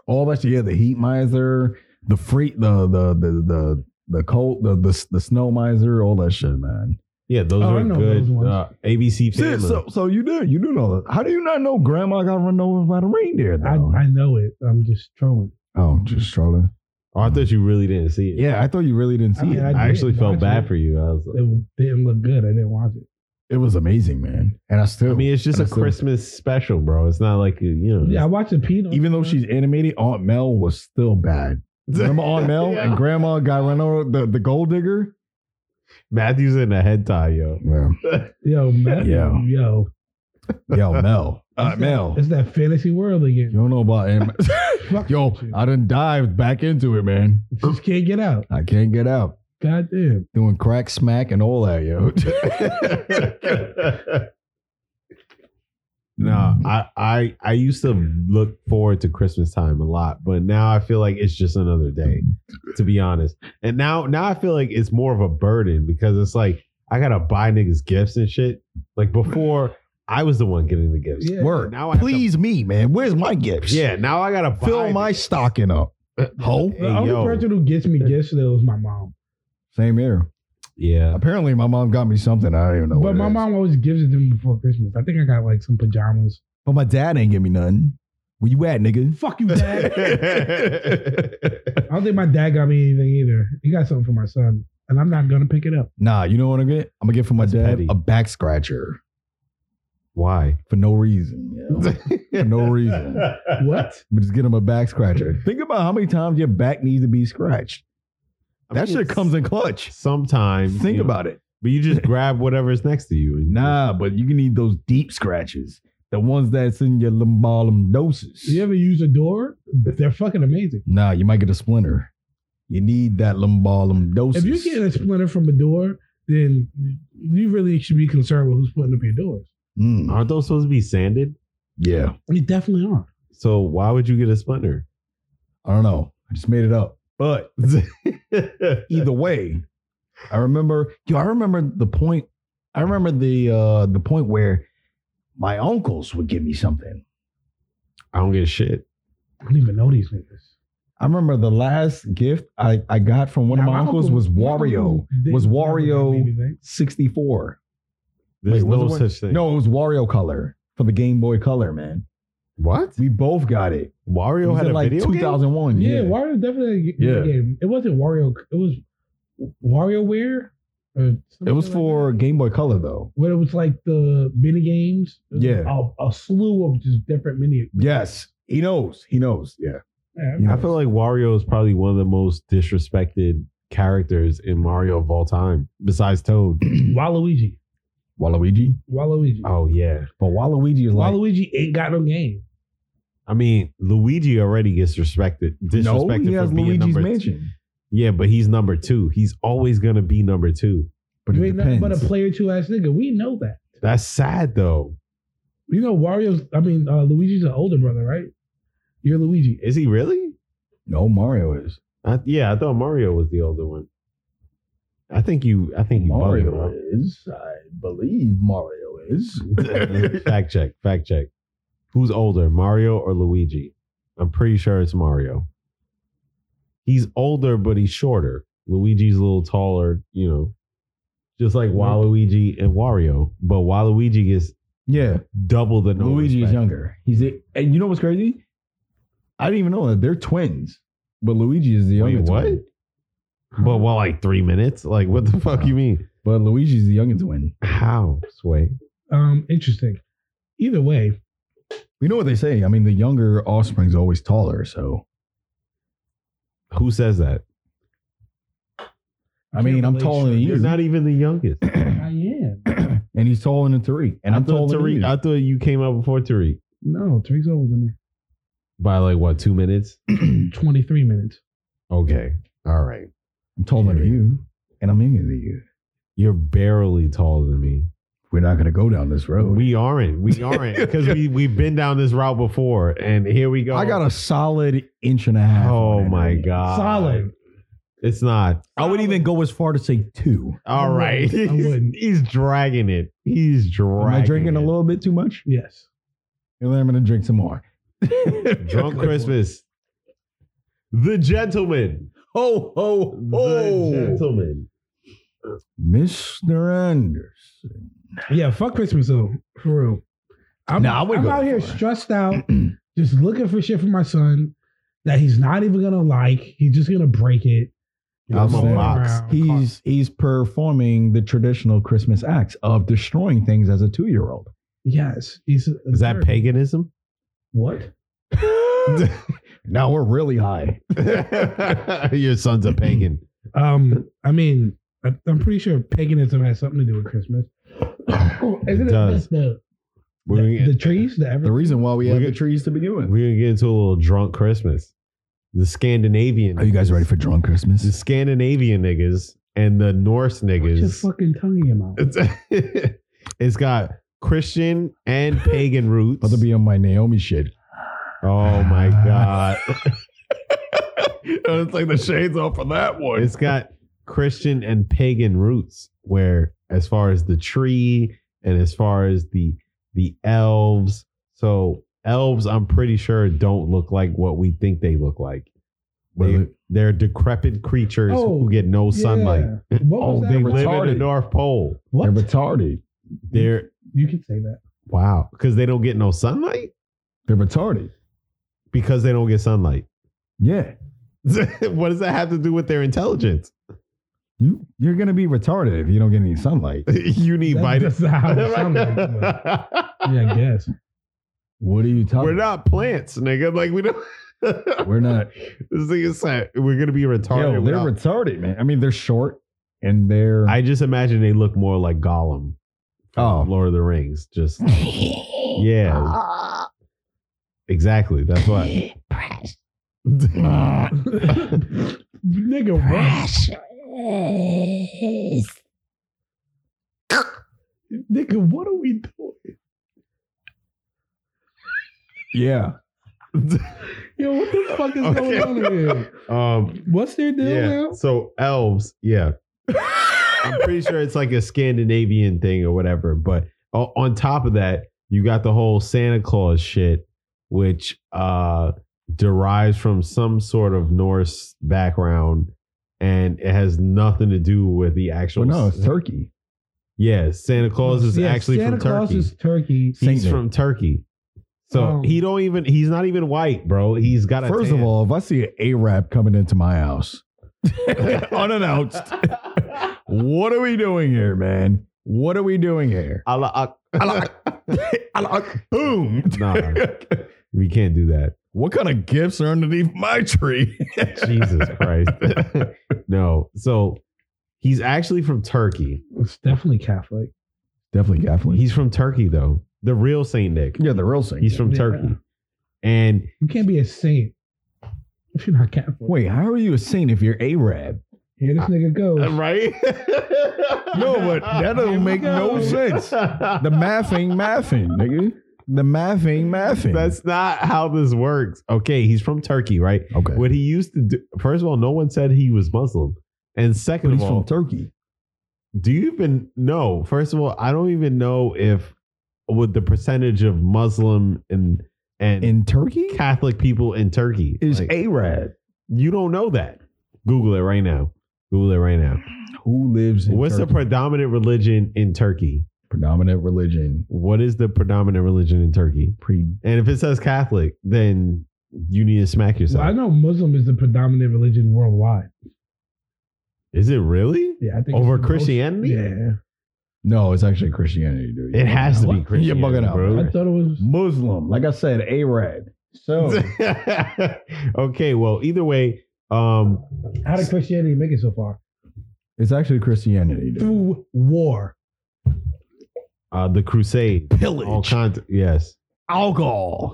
A: all that shit. Yeah, the heat miser, the freak, the the the the the cold, the the, the snow miser, all that shit, man.
B: Yeah, those
D: Oh, I
B: are
D: know
B: good.
D: those ones.
B: uh, ABC
A: See,
B: family.
A: so so you do you do know that? How do you not know Grandma got run over by the reindeer?
D: I,
A: Though?
D: I know it. I'm just trolling.
A: oh, just trolling.
B: oh, I thought you really didn't see it.
A: Yeah, I thought you really didn't see
D: I mean,
A: it.
B: I,
D: I did
B: actually felt
D: watch
B: bad
D: it.
B: for you. I was like,
D: It didn't look good. I didn't watch it.
A: it was amazing, man. And I still,
B: I mean, it's just a
A: and I still-
B: Christmas special, bro. It's not like you know.
D: Yeah, I watched the peanut.
A: even though she's animated, Aunt Mel was still bad. Remember Aunt Mel
B: Yeah.
A: and Grandma got run over the the gold digger?
B: Matthew's in a head tie, yo.
A: Yeah,
D: yo, man,
A: Yeah.
D: yo,
A: yo, Mel, uh, Mel.
D: it's that fantasy world
A: You
D: again.
A: don't know about him.
D: Fuck
A: Yo,
D: with you.
A: I done dived back into it, man.
D: just can't get out.
A: I can't get out.
D: God damn.
A: Doing crack smack and all that, yo.
B: no, I, I I used to look forward to Christmas time a lot, but now I feel like it's just another day, to be honest. And now now I feel like it's more of a burden because it's like I gotta buy niggas gifts and shit. Like before, I was the one getting the gifts.
D: Yeah.
A: Word.
B: Now
A: Now
B: I have to-
A: Please me, man. Where's my gifts?
B: Yeah, now I gotta buy
A: Fill my
B: niggas.
A: stocking up. Ho.
B: Hey,
D: The only
B: yo.
D: person who gets me gifts though is my mom.
A: Same here.
B: Yeah,
A: Apparently my mom got me something. I don't even know. what
D: But
A: it
D: my
A: is.
D: mom always gives it to me before Christmas. I think I got like some pajamas.
A: But my dad ain't give me nothing. Where you at, nigga?
D: Fuck you, dad. I don't think my dad got me anything either. He got something for my son, and I'm not gonna pick it up.
A: Nah, you know what I'm gonna get? I'm gonna get for my
B: That's
A: dad
B: petty.
A: a back scratcher
B: Why?
A: for no reason. yo. for no reason.
D: What?
A: But just get him a back scratcher. Think about how many times your back needs to be scratched.
B: I
A: That
B: mean,
A: shit comes in clutch.
B: sometimes.
A: Think
B: you know,
A: about it.
B: But you just grab whatever's next to you. and-
A: Nah, but you can need those deep scratches. The ones that's in your lumbar lordosis.
D: You ever use a door? They're fucking amazing.
A: Nah, you might get a splinter. You need that lumbar lordosis.
D: If you're getting a splinter from a door, then you really should be concerned with who's putting up your doors.
A: Mm,
B: Aren't those supposed to be sanded?
A: yeah,
D: You definitely are.
B: So why would you get a splinter?
A: I don't know. I just made it up. But
B: Either
A: either way, I remember. Yo, I remember the point. I remember the uh the point where my uncles would give me something.
B: I don't get shit.
D: I don't even know these niggas.
A: I remember the last gift I, I got from one
D: Now,
A: of my uncles
D: uncle-
A: was
D: my
A: Wario
D: uncle didn't
A: was
D: never got me
A: Wario-
D: anything.
A: 64.
B: There's
A: Wait, was
B: no
A: it one-
B: such thing.
A: No, it was Wario Color for the Game Boy Color, man.
B: What?
A: We both got it. It
B: Wario
A: was
B: had
A: in
B: a
A: like
B: video game.
A: 2001.
D: Yeah, Wario definitely yeah.
A: Yeah.
D: game. It wasn't Wario. It was WarioWare. Or
A: It was for Game Boy Color though.
D: what it was like the mini games. It was
A: Yeah.
D: a, a slew of just different mini.
A: Yes, he knows. He knows. Yeah.
D: Yeah,
A: Yeah.
B: I feel like Wario is probably one of the most disrespected characters in Mario of all time, besides Toad.
D: Waluigi.
A: Waluigi.
D: Waluigi.
B: oh yeah.
A: But Waluigi is like
D: Waluigi ain't got no game.
B: I mean, Luigi already gets respected.
A: no.
B: Disrespected
A: He has
B: for being
A: Luigi's
B: number
A: Mansion.
B: Yeah, but he's number two. He's always gonna be number two.
A: But
D: you
A: it
D: ain't nothing
A: depends.
D: but a player two ass nigga. We know that.
B: That's sad though.
D: You know Wario's. I mean uh, Luigi's an older brother, right? You're Luigi.
B: Is he really?
A: no, Mario is.
B: I, yeah, I thought Mario was the older one. I think you. I think you.
A: Mario
B: bugging,
A: is. I believe Mario is.
B: bro. fact check. Fact check. Who's older, Mario or Luigi? I'm pretty sure it's Mario. He's older, but he's shorter. Luigi's a little taller. You know, just like Waluigi and Wario. But Waluigi gets
A: yeah.
B: double the no
A: Luigi is
B: respect.
A: younger. He's a, and you know what's crazy? I didn't even know that they're twins. But Luigi is the
B: Wait,
A: younger
B: what?
A: twin.
B: But well, like three minutes. Like what the fuck you mean?
A: But Luigi's the younger twin.
B: How sway?
D: Um, interesting. Either way,
A: You know what they say? I mean, the younger offspring's always taller. So
B: Who says that?
A: I mean, I'm taller than
B: You're
A: you,
B: not even the youngest.
D: I am.
A: and he's taller than Tariq, and
B: I
A: I'm
B: thought
A: taller than
B: Tariq.
A: you.
B: I thought you came out before Tariq.
D: No, Tariq's older than me.
B: by like what two minutes?
D: 23 minutes.
B: Okay, all right.
A: I'm taller than you, and I'm younger than you.
B: You're barely taller than me.
A: We're not going to go down this road.
B: We aren't. We aren't because we we've been down this route before, and here we go.
A: I got a solid inch and a half. on
B: Oh
A: that
B: my
A: onion.
B: god!
D: Solid.
B: It's not.
A: I would even go as far to say two.
B: All
D: I
B: right.
D: wouldn't. I wouldn't.
B: He's, he's dragging it. He's dragging.
A: Am I drinking
B: it.
A: a little bit too much?
D: Yes.
A: And then I'm going to drink some more.
B: Drunk Christmas. The gentleman.
A: Ho, ho,
B: The
A: ho.
B: gentleman.
A: Mr. Anderson.
D: Yeah, fuck Christmas though. For real. I'm,
A: Nah, I wouldn't
D: I'm
A: go
D: out
A: that
D: here
A: far.
D: stressed out, just looking for shit for my son that he's not even gonna like. He's just gonna break it. You know,
B: I'm a
D: rolling
B: box.
D: around,
A: He's he's performing the traditional Christmas acts of destroying things as a two year old.
D: Yes, he's.
B: Is that paganism?
D: what?
A: now we're really high.
B: Your son's a pagan.
D: Um, I mean, I, I'm pretty sure paganism has something to do with Christmas. Oh, isn't
B: It
D: it,
B: does.
D: the,
B: We're gonna,
D: the,
B: get,
D: the trees? The
A: The
D: ever-
A: reason why we
B: We're
A: have the
B: good.
A: trees to begin with.
B: we're gonna get into a little drunk Christmas. The Scandinavian.
A: Are you guys ready for drunk Christmas?
B: the Scandinavian niggas and the Norse
D: Put your
B: niggas?
D: fucking tongue in your mouth.
B: It's, it's got Christian and pagan roots.
A: About to be on my Naomi shit.
B: oh my god!
A: Let's take the shades off of that one.
B: It's got Christian and pagan roots. Where as far as the tree and as far as the the elves, so elves, I'm pretty sure don't look like what we think they look like. They, they're decrepit creatures
D: Oh,
B: who get no sunlight.
D: Yeah. What was
A: Oh,
D: that?
A: they
B: They live in the
A: Retarded.
B: North Pole.
A: They're
D: what?
A: retarded.
B: They're
D: You can say that.
B: wow, because they don't get no sunlight.
A: They're retarded.
B: Because they don't get sunlight.
A: Yeah.
B: what does that have to do with their intelligence?
A: You you're gonna be retarded if you don't get any sunlight.
B: you need
D: That's
B: vitamins.
D: just how it sounds like, but- yeah, I guess.
A: What are you talking?
B: We're not plants, nigga. Like we don't. this
A: We're not.
B: thing is sad. We're gonna be retarded.
A: Yo, they're
B: without-
A: retarded, man. I mean, they're short and they're.
B: I just imagine they look more like Gollum. from
A: Oh.
B: Lord of the Rings. Just yeah, exactly. That's what.
D: Nigga, what? Nigga, what are we doing?
A: yeah.
D: Yo, what the fuck is
B: Okay.
D: going on here?
B: um.
D: What's their deal
B: yeah.
D: now?
B: So elves, yeah. I'm pretty sure it's like a Scandinavian thing or whatever. But o- on top of that, you got the whole Santa Claus shit, which uh derives from some sort of Norse background, and it has nothing to do with the actual.
A: Well, no, it's Turkey.
B: yeah, Santa Claus is
D: Yeah,
B: actually
D: Santa
B: from Turkey.
D: Claus is Turkey.
A: Saint
B: he's
A: Nick.
B: from Turkey, so
D: Oh.
B: he don't even. He's not even white, bro. He's got a
A: First of
B: tan.
A: all, if I see an Arab coming into my house unannounced, what are we doing here, man? What are we doing here?
B: Allah
A: Boom.
B: Nah. We can't do that.
A: What kind of gifts are underneath my tree?
B: Jesus Christ. no. So he's actually from Turkey.
D: It's definitely Catholic.
A: Definitely, definitely.
B: He's from Turkey though. The real Saint Nick.
A: yeah, the real thing.
B: He's from
D: Yeah.
B: Turkey. And
D: You can't be a saint if you're not Catholic.
A: Wait, how are you a saint if you're Arab?
D: Here this nigga goes.
B: Uh, right?
A: No, but that don't make no sense. The math ain't mathing, nigga. The math ain't mathing.
B: That's not how this works. Okay, he's from Turkey, right?
A: okay.
B: What he used to do first of all, no one said he was Muslim. And second
A: But he's
B: of all,
A: from Turkey.
B: Do you even know? First of all, I don't even know if with the percentage of Muslim and and
A: In Turkey?
B: Catholic people in Turkey
A: Is
B: Like,
A: Arab.
B: you don't know that. Google it right now. Google it right now.
A: Who lives in
B: What's
A: Turkey?
B: the predominant religion in Turkey?
A: predominant religion?
B: What is the predominant religion in Turkey?
A: Pre-
B: And if it says Catholic, then you need to smack
D: Well,
B: yourself.
D: I know Muslim is the predominant religion worldwide.
B: is it really
D: Yeah, I think
B: over
D: it's the most-
B: Christianity?
D: Yeah,
A: no, it's actually Christianity, dude.
B: It has to be
A: What? You're
B: Christianity,
A: bugging out.
B: bro.
D: I thought it was.
A: Muslim, like I said, Arab. So
B: okay. Well, either way, um,
D: How did Christianity make it so far?
A: it's actually Christianity. Dude.
D: Through war.
B: uh, the Crusade. All
A: Pillage.
B: kinds. yes.
A: alcohol.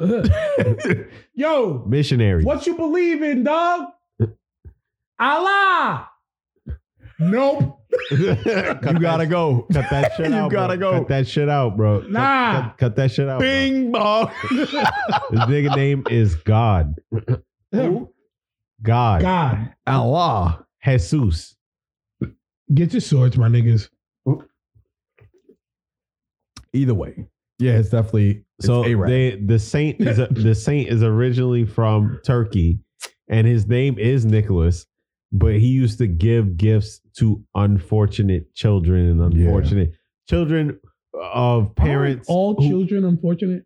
D: Yo,
B: Missionary.
D: what you believe in, dog? Allah. Nope.
A: You gotta go.
B: Cut that shit
A: You
B: out. bro.
A: gotta go.
B: Cut that shit out, bro. Cut-
D: Nah.
B: Cut, cut that shit out. bro.
A: Bing bong.
B: His nigga name is God.
D: Who?
B: God.
D: God,
A: Allah.
B: Jesus.
D: get your swords, my niggas.
A: Either way. Yeah, it's definitely
B: So
A: it's Arab.
B: they, the saint is the saint is originally from Turkey, and his name is Nicholas. But he used to give gifts to unfortunate children and
A: Yeah. Oh,
B: unfortunate children of parents.
D: Aren't all
B: who-
D: children, unfortunate.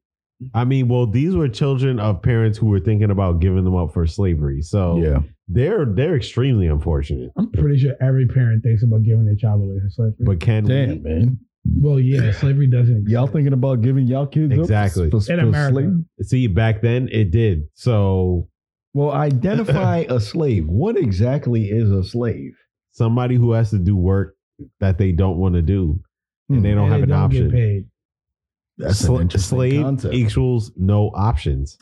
B: I mean, well, these were children of parents who were thinking about giving them up for slavery. So
A: yeah.
B: they're they're extremely unfortunate.
D: I'm pretty sure every parent thinks about giving their child away for slavery.
B: But can we,
A: Damn, man.
D: well, yeah, slavery doesn't. exist.
A: Y'all thinking about giving y'all kids up
B: Exactly.
A: for- for
D: In America.
A: slave?
B: see back then it did. So
A: Well, identify a slave. What exactly is a slave?
B: somebody who has to do work that they don't want to do and they
A: Hmm.
B: don't have
D: they
B: an
D: don't
B: option.
D: Get paid.
A: That's an
B: Sla-
A: interesting
B: slave
A: concept.
B: equals no options.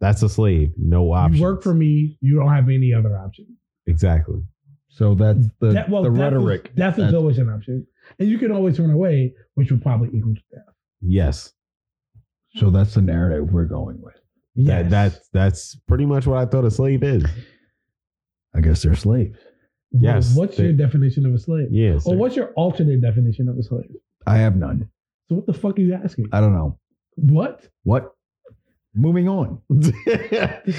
B: That's a slave, no options.
D: You work for me. You don't have any other option.
B: exactly.
A: So that's the,
D: That- well,
A: the
D: death is-
A: rhetoric.
D: death is
A: That's-
D: always an option, and you can always run away, which would probably equal to death.
B: Yes,
A: so that's the narrative we're going with.
B: yeah. That, that's that's pretty much what I thought a slave is.
A: I guess they're slaves.
D: Well,
B: yes,
D: What's
B: they-
D: your definition of a slave?
B: Yes.
D: Or what's your alternate definition of a slave?
A: I have none.
D: So what the fuck are you asking?
A: I don't know.
D: what?
A: What? Moving on.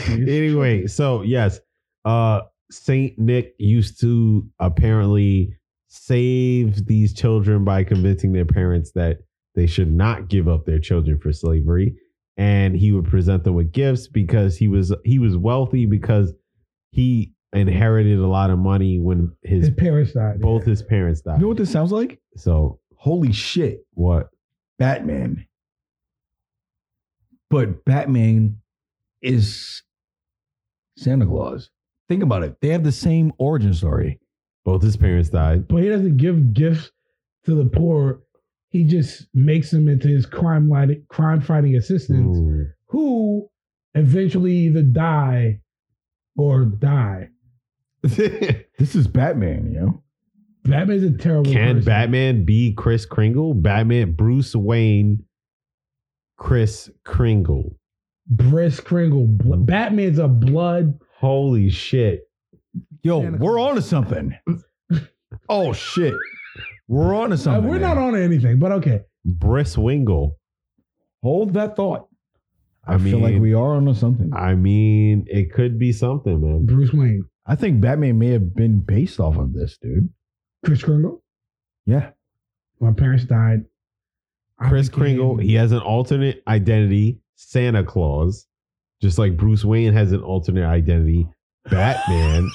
B: anyway, so yes, uh, Saint Nick used to apparently save these children by convincing their parents that they should not give up their children for slavery, and he would present them with gifts because he was he was wealthy because he inherited a lot of money when his
D: His parents died.
B: both his parents died.
A: You know what this sounds like?
B: So
A: Holy shit.
B: what?
A: Batman. But Batman is Santa Claus. Think about it. They have the same origin story.
B: Both his parents died.
D: But he doesn't give gifts to the poor. He just makes them into his crime line, crime fighting assistants
B: Mm.
D: who eventually either die or die.
A: This is Batman, you know?
D: Batman's a terrible
B: Can
D: person.
B: Batman be Chris Kringle? Batman, Bruce Wayne, Chris Kringle.
D: Briss Kringle. Bl- Batman's a blood. uh,
B: Holy shit.
A: Yo,
D: Santa
A: we're
D: Claus.
A: on to something. oh shit. We're on to
D: Uh,
A: something.
D: we're
A: now.
D: not on to anything, but okay.
B: Briss Wingle.
A: Hold that thought.
B: I,
A: I,
B: mean,
A: feel like we are on to something. I,
B: I mean, it could be something, man.
D: Bruce Wayne,
A: think Batman may have been based off of this, dude.
D: Chris Kringle.
A: Yeah.
D: My parents died. I
B: Chris
D: became-
B: Kringle, he has an alternate identity, Santa Claus, just like Bruce Wayne has an alternate identity, Batman.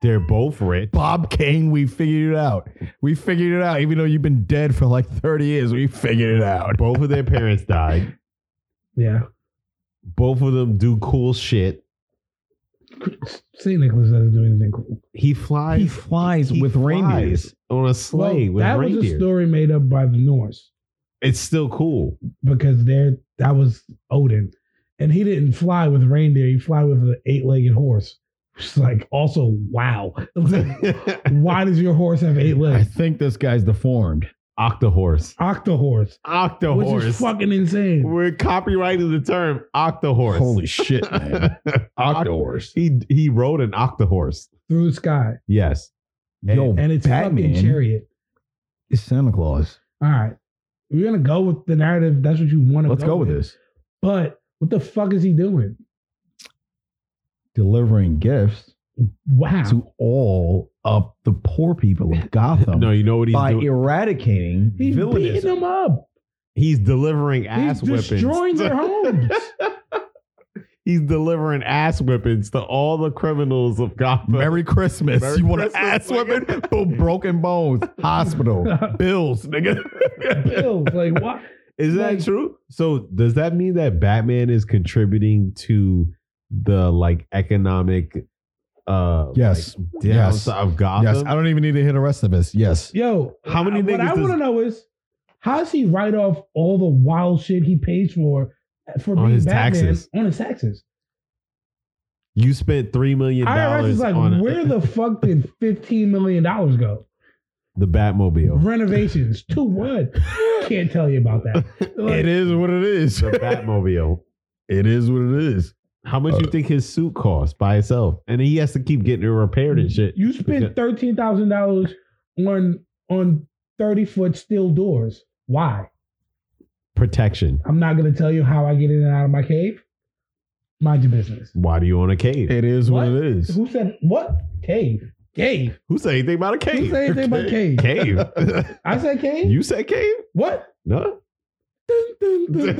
B: They're both rich.
A: Bob Kane, we figured it out. We figured it out. Even though you've been dead for like 30 years, we figured it out.
B: Both of their parents died.
D: Yeah.
B: Both of them do cool shit.
D: St. Nicholas doesn't do anything cool.
B: He flies.
A: He flies
B: He
A: with
B: flies
A: reindeers.
B: on a sleigh
D: Well,
B: with
D: that was
B: reindeer.
D: a story made up by the Norse
B: It's still cool.
D: because there that was Odin, and he didn't fly with reindeer. He fly with an eight-legged horse. It's like also wow. Why does your horse have eight
A: I
D: legs?
A: think this guy's deformed.
B: Octohorse.
D: Octohorse, which
B: Octohorse.
D: is fucking insane.
B: We're copyrighting the term octohorse.
A: Holy shit, man. Octohorse.
B: He he rode an octohorse.
D: Through the sky,
B: Yes.
A: Yo,
D: and it's
A: Batman
D: fucking chariot.
A: is Santa Claus.
D: All right, we're gonna go with the narrative. That's what you want to.
A: Let's go with this.
D: But what the fuck is he doing?
A: Delivering gifts
D: Wow.
A: to all of the poor people of Gotham
B: No, you know what he's
A: Um, by
B: doing?
A: eradicating
D: He's
A: villainy.
D: beating them up.
B: He's delivering ass
D: He's
B: whippings.
D: destroying their homes.
B: he's delivering ass whippings to all the criminals of Gotham.
A: Merry Christmas.
B: Merry
A: you want an
B: Christmas,
A: ass
B: nigga.
A: whipping? Boom, broken bones, hospital, bills, nigga.
D: Bills, like what?
B: Is that
D: Like-
B: true? So does that mean that Batman is contributing to the like economic uh
A: Yes.
B: like,
A: Yes.
B: downside of Gotham?
A: Yes, I don't even need to hear the rest of us. Yes.
D: Yo,
B: How many
D: What
B: niggas
D: I
B: does-
D: want to know is how does he write off all the wild shit he pays for for
B: On
D: being
B: his
D: Batman
B: taxes.
D: on his taxes.
B: You spent three million
D: IRS
B: dollars
D: is like,
B: on
D: where the fuck did fifteen million dollars go?
B: the Batmobile.
D: Renovations to what? Can't tell you about that.
A: It
D: Like,
A: is what it is.
B: The Batmobile.
A: It is what it is. Uh,
B: How much you think his suit costs by itself? And he has to keep getting it repaired and shit.
D: you spent thirteen thousand dollars on on thirty foot steel doors. Why?
B: Protection.
D: I'm not gonna tell you how I get in and out of my cave. Mind your business.
B: Why do you own a cave?
A: It is what,
D: What?
A: it is.
D: Who said what? Cave. Cave.
B: Who said anything about a cave?
D: Who said anything about cave?
B: Cave.
D: I said cave?
B: you said cave?
D: what?
B: No.
A: Nah,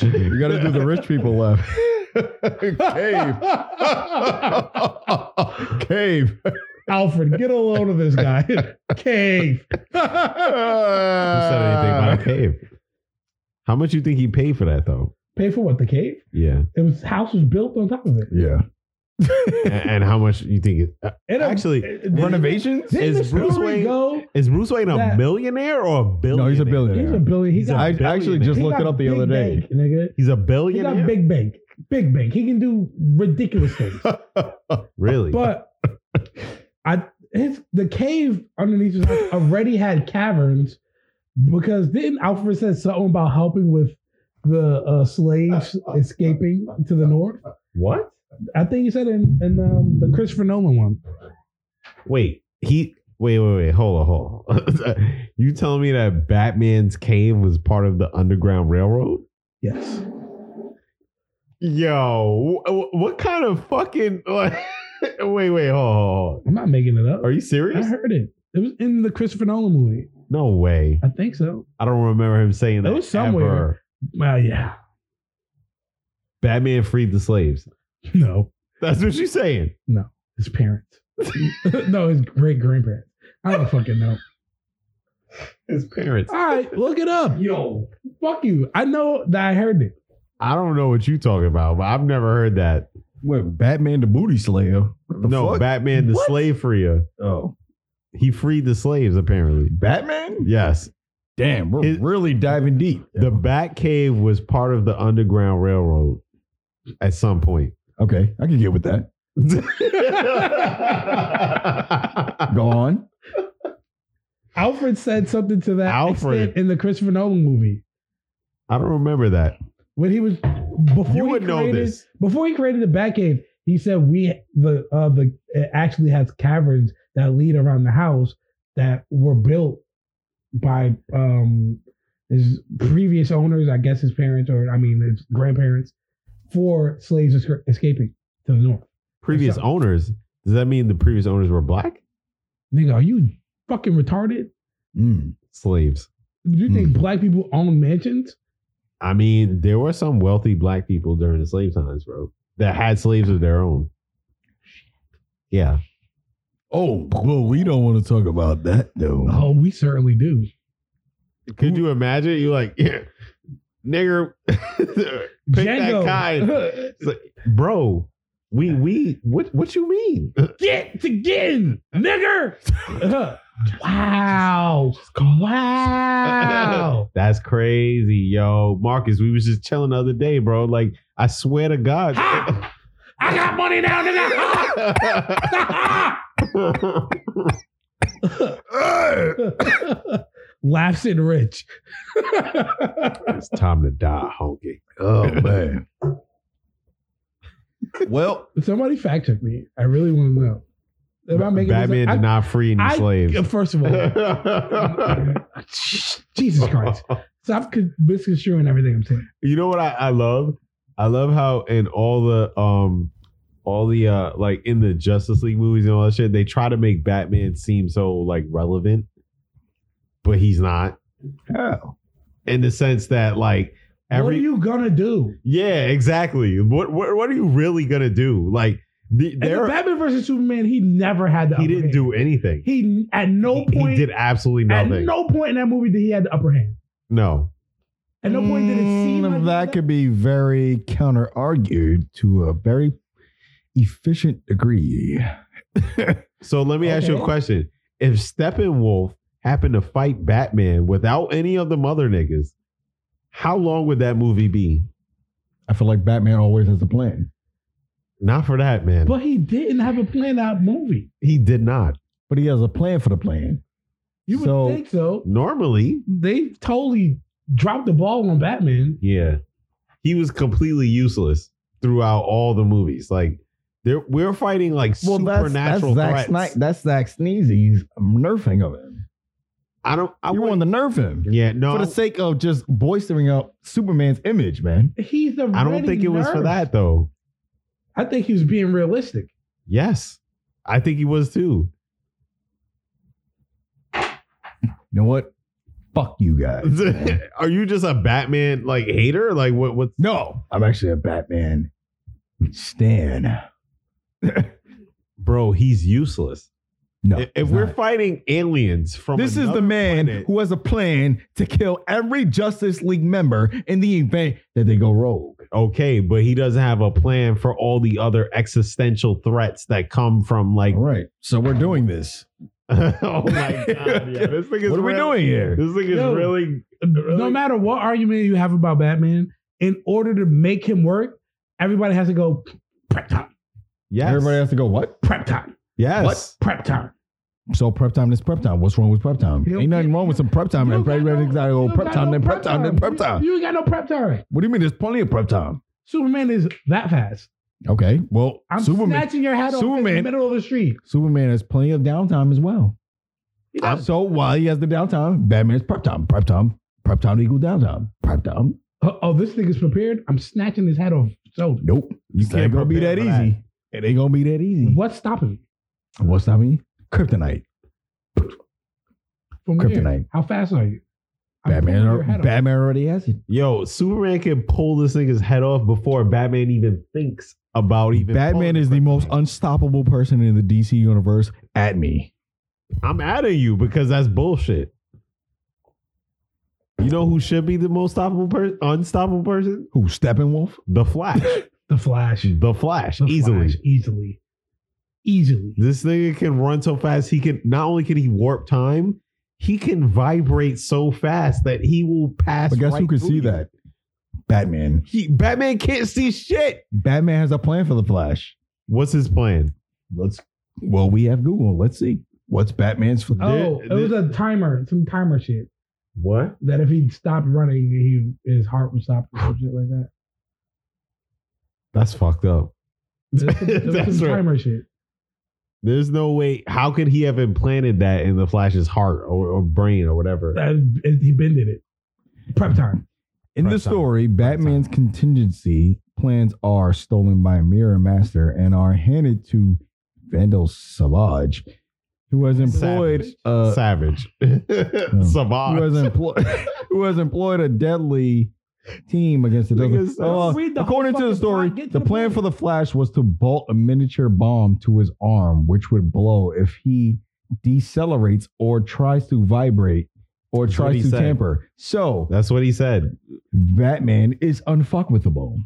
A: you got to do the rich people laugh. Cave, cave.
D: Alfred, get a load of this guy. cave.
B: Who said anything about a cave? How much you think he paid for that though?
D: Pay for what? The cave?
B: Yeah.
D: It was house was built on top of it.
A: Yeah,
B: and, and how much you think it, uh,
D: It-
B: Actually,
D: it- it-
A: renovations.
D: Didn't
B: Is
D: the
B: Bruce
D: story
B: Wayne-
D: go?
B: is Bruce Wayne a
D: That-
B: millionaire or a billionaire?
A: No, he's a
D: He's a
A: billionaire.
D: billion. He
B: He's a
D: got,
A: I
B: billionaire.
A: actually just
D: he
A: looked it
D: got
A: up the
D: big
A: other day.
D: bank, nigga.
B: He's a
D: He got
B: billionaire.
D: big bank. Big bank. He can do ridiculous things.
B: really?
D: But I his the cave underneath his house already had caverns because didn't Alfred said something about helping with the uh, slaves escaping to the north?
B: what?
D: I think he said in, in um, the Christopher Nolan one.
B: Wait, he wait, wait, wait, hold on, hold on. you telling me that Batman's cave was part of the Underground Railroad?
D: Yes.
B: Yo, wh- wh- what kind of fucking like, wait, wait, hold on, hold
D: I'm not making it up.
B: on. Are you
D: I
B: serious?
D: heard it. It was in the Christopher Nolan movie.
B: No way.
D: I think so.
B: I don't remember him saying that.
D: It was somewhere.
B: ever.
D: Well, yeah.
B: Batman freed the slaves.
D: No,
B: That's what you're saying.
D: his parents. no, his great grandparents. I don't fucking know.
B: His parents.
D: All right, look it up. Yo, fuck you. I know that I heard it.
B: I don't know what you talking about, but I've never heard that.
A: What Batman the Booty Slayer? What the
B: no,
A: fuck?
B: Batman the
D: What?
B: slave freer.
A: oh,
B: He freed the slaves, apparently.
A: Batman.
B: Yes.
A: Damn, we're
B: His-
A: really diving deep.
B: The Bat Cave was part of the Underground Railroad at some point.
A: okay, I can get with that. Go on.
D: Alfred said something to that
B: Alfred.
D: extent in the Christopher Nolan movie
B: I don't remember that.
D: when he was before
B: you
D: he
B: would know
D: created,
B: this.
D: before he created the Batcave. He said we the uh the it actually has caverns that lead around the house that were built by um his previous owners, I guess his parents or I mean his grandparents, for slaves esca- escaping to the north.
B: Previous
D: Yes, sir.
B: owners. Does that mean the previous owners were black?
D: Nigga, are you fucking retarded?
A: Mm.
B: Slaves.
D: Do you think
B: Hmm.
D: black people own mansions?
B: I mean, there were some wealthy black people during the slave times, bro, that had slaves of their own. Yeah.
A: Oh, well, we don't want to talk about that though.
D: Oh, we certainly do.
B: Could you imagine? You're like, yeah, nigger, pick that kind. It's like, bro, we, we, what, what you mean?
D: Get to getting, nigger. wow. Ah! Wow.
B: That's crazy, yo. Marcus, we was just chilling the other day, bro. Like, I swear to God.
C: Ha! I got money now, nigga. Ha! Ha! ha.
D: Laughs and rich.
B: it's time to die, honky.
A: Oh man. well,
D: Somebody fact check me. I really want to know. Am I making
B: Batman
D: this
B: did
D: up?
B: not free any
D: I-
B: slaves.
D: I- First of all, Jesus Christ. Stop con- misconstruing everything I'm saying.
B: you know what I, I love? I love how in all the um all the uh like in the Justice League movies and all that shit, they try to make Batman seem so like relevant, but he's not.
A: how?
B: In the sense that like
D: what are
B: every
D: you gonna do?
B: Yeah, exactly. What what what are you really gonna do? Like the,
D: And
B: there
D: the Batman versus Superman, he never had the
B: he
D: upper
B: didn't
D: hand.
B: do anything.
D: He at no
B: He- he,
D: point
B: did absolutely
D: at
B: nothing.
D: no point in that movie did he had the upper hand.
B: no.
D: At no point did it seem like
A: Mm,
D: he
A: that
D: had-
A: could be very counter argued to a very efficient degree.
B: So let me ask you a
D: Okay.
B: question. If Steppenwolf happened to fight Batman without any of the mother niggas, How long would that movie be?
A: I feel like Batman always has a plan.
B: Not for that, man.
D: But he didn't have a planned out movie.
B: he did not.
A: But he has a plan for the plan.
D: You would
A: So-
D: think so.
B: Normally,
D: They totally dropped the ball on Batman.
B: yeah, he was completely useless throughout all the movies. Like, they're, we're fighting like
A: Well, that's that's
B: supernatural
A: Zack
B: threats.
A: Snyder. That's Zack Sneezy's nerfing of him.
B: I don't. I
A: you
B: want.
A: want to nerf him
B: Yeah, no.
A: for the sake of just boistering up Superman's image, man.
D: He's already
B: I don't think it was for
D: nerfed.
B: that though.
D: I think he was being realistic.
B: Yes, I think he was too.
A: You know what? Fuck you guys. man.
B: Are you just a Batman like hater? Like what? What's
A: no, I'm actually a Batman stan.
B: bro? He's useless.
A: No,
B: if if
A: he's
B: we're
A: not.
B: fighting aliens from
A: this is the
B: another
A: man
B: planet-
A: who has a plan to kill every Justice League member in the event that they go rogue.
B: okay, but he doesn't have a plan for all the other existential threats that come from like.
A: All right, so we're doing this.
B: oh my god! Yeah, this thing is
A: What are we
B: really-
A: doing here?
B: This thing is
D: Yo.
B: really.
D: No
B: Really?
D: matter what argument you have about Batman, in order to make him work, everybody has to go prep time,
B: Yes.
A: Everybody has to go. What?
D: prep time,
B: yes.
D: prep time.
A: So prep time is prep time. What's wrong with prep time?
D: You-
A: Ain't nothing wrong with some prep time.
D: You
A: And
D: don't
A: prep,
D: got no-
A: prep,
D: you
A: prep,
D: don't
A: "Oh, prep
D: got
A: time,
D: no
A: then prep time, then prep
D: You-
A: time.
D: You ain't got no prep time.
A: What do you mean? There's plenty of prep time.
D: Superman is that fast.
A: Okay. Well,
D: I'm
A: Superman.
D: snatching your hat off in the
A: Superman-
D: middle of the street.
A: Superman has plenty of downtime as well.
D: He does.
A: So while he has the downtime, Batman's prep time, prep time, prep time to equal downtime, prep time.
D: Oh, oh, this nigga's prepared. I'm snatching his hat off. So
A: Nope. You
B: It's not
A: can't gonna be
B: prepare
A: that
B: for that.
A: easy. It ain't gonna be that
B: Hmm.
A: easy.
D: what's stopping me
A: What's that mean? Kryptonite.
D: from Here?
A: Kryptonite.
D: How fast are you? I'm
A: Batman,
D: pulling
A: al-
D: your hat off.
A: Batman already has it.
B: Yo, Superman can pull this nigga's head off before Batman even thinks about even.
A: Batman
B: pulling
A: is
B: it.
A: the most unstoppable person in the DC universe. At me.
B: I'm out of you because that's bullshit. You know who should be the most stoppable person, unstoppable person?
A: Who? Steppenwolf?
B: The Flash.
D: The Flash.
B: the Flash,
D: The
B: easily.
D: Flash, easily, easily.
B: This nigga can run so fast. He can not only can he warp time, he can vibrate so fast that he will pass.
A: but guess
B: right
A: who can
B: through
A: see
B: you.
A: that? Batman.
B: He, Batman can't see shit.
A: Batman has a plan for the Flash.
B: What's his plan?
A: Let's. Well, we have Google. Let's see. What's Batman's for?
D: Oh,
B: There-
D: it was a timer, some timer shit.
B: What?
D: That if he stopped running, he his heart would stop or some shit like that.
B: That's fucked up.
D: That's some, there was
B: That's
D: some
B: right.
D: timer shit.
B: There's no way. How could he have implanted that in the Flash's heart or, or brain or whatever?
D: That- it- he bended it. Prep time.
A: In the
B: Prep time.
A: story, Batman's contingency plans are stolen by Mirror Master and are handed to Vandal Savage, who has employed
B: Savage.
A: uh,
B: Savage,
A: who has
B: Savage.
A: employed who has employed a deadly team against the
B: Niggas,
A: Deadly- Uh,
D: read the
A: according
D: whole
A: to the
D: fucking
A: story,
D: plot. Get to
A: the
D: the
A: plan
D: point.
A: for the Flash was to bolt a miniature bomb to his arm, which would blow if he decelerates or tries to vibrate or
B: That's what
A: tries
B: he
A: to
B: said.
A: tamper. So
B: That's what he said.
A: Batman is unfuckwithable.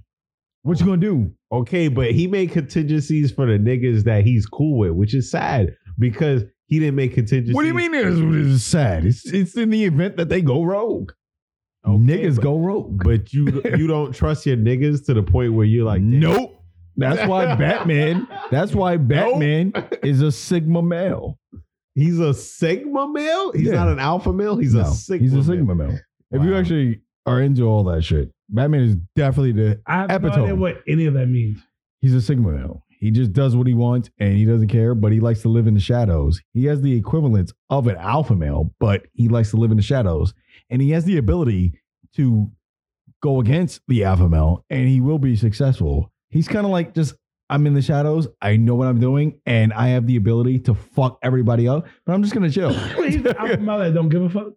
A: What you gonna do?
B: Okay, but he made contingencies for the niggas that he's cool with, which is sad because he didn't make contingencies.
A: What do you mean it's, it's sad? It's it's in the event that they go rogue.
B: Okay,
A: Niggas
B: but-
A: go rogue.
B: But you you don't trust your niggas to the point where you're like, damn.
A: nope. That's why Batman. That's why Batman is a Sigma male.
B: He's a sigma male. He's
A: Yeah.
B: not an alpha male. He's a
A: No,
B: sigma.
A: He's a
B: male.
A: Sigma male. If you
B: Wow.
A: actually are into all that shit, Batman is definitely the.
D: I have
A: Epitome.
D: no idea what any of that means.
A: He's a Sigma male. He just does what he wants and he doesn't care. But he likes to live in the shadows. He has the equivalence of an alpha male, but he likes to live in the shadows. And he has the ability to go against the alpha male, and he will be successful. He's kind of like just. I'm in the shadows. I know what I'm doing, and I have the ability to fuck everybody up. But I'm just gonna chill.
D: Please, I'm mother. Don't give a fuck.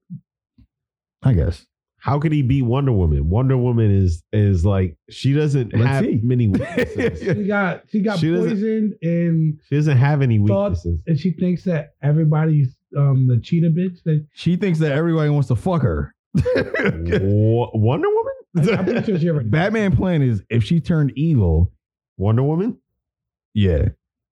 A: I guess.
B: How could he beat Wonder Woman? Wonder Woman is is like she doesn't
A: Let's
B: have
A: see.
B: many weaknesses.
D: She got she got
B: She doesn't-
D: poisoned and
B: she doesn't have any
D: Thought-
B: weaknesses.
D: and she thinks that everybody's um the cheetah bitch. That
A: She thinks that everybody wants to fuck her.
B: Wo- Wonder
D: I'm pretty
B: Woman?
D: sure she already.
A: Batman plan is if she turned evil,
B: Wonder Woman?
A: yeah.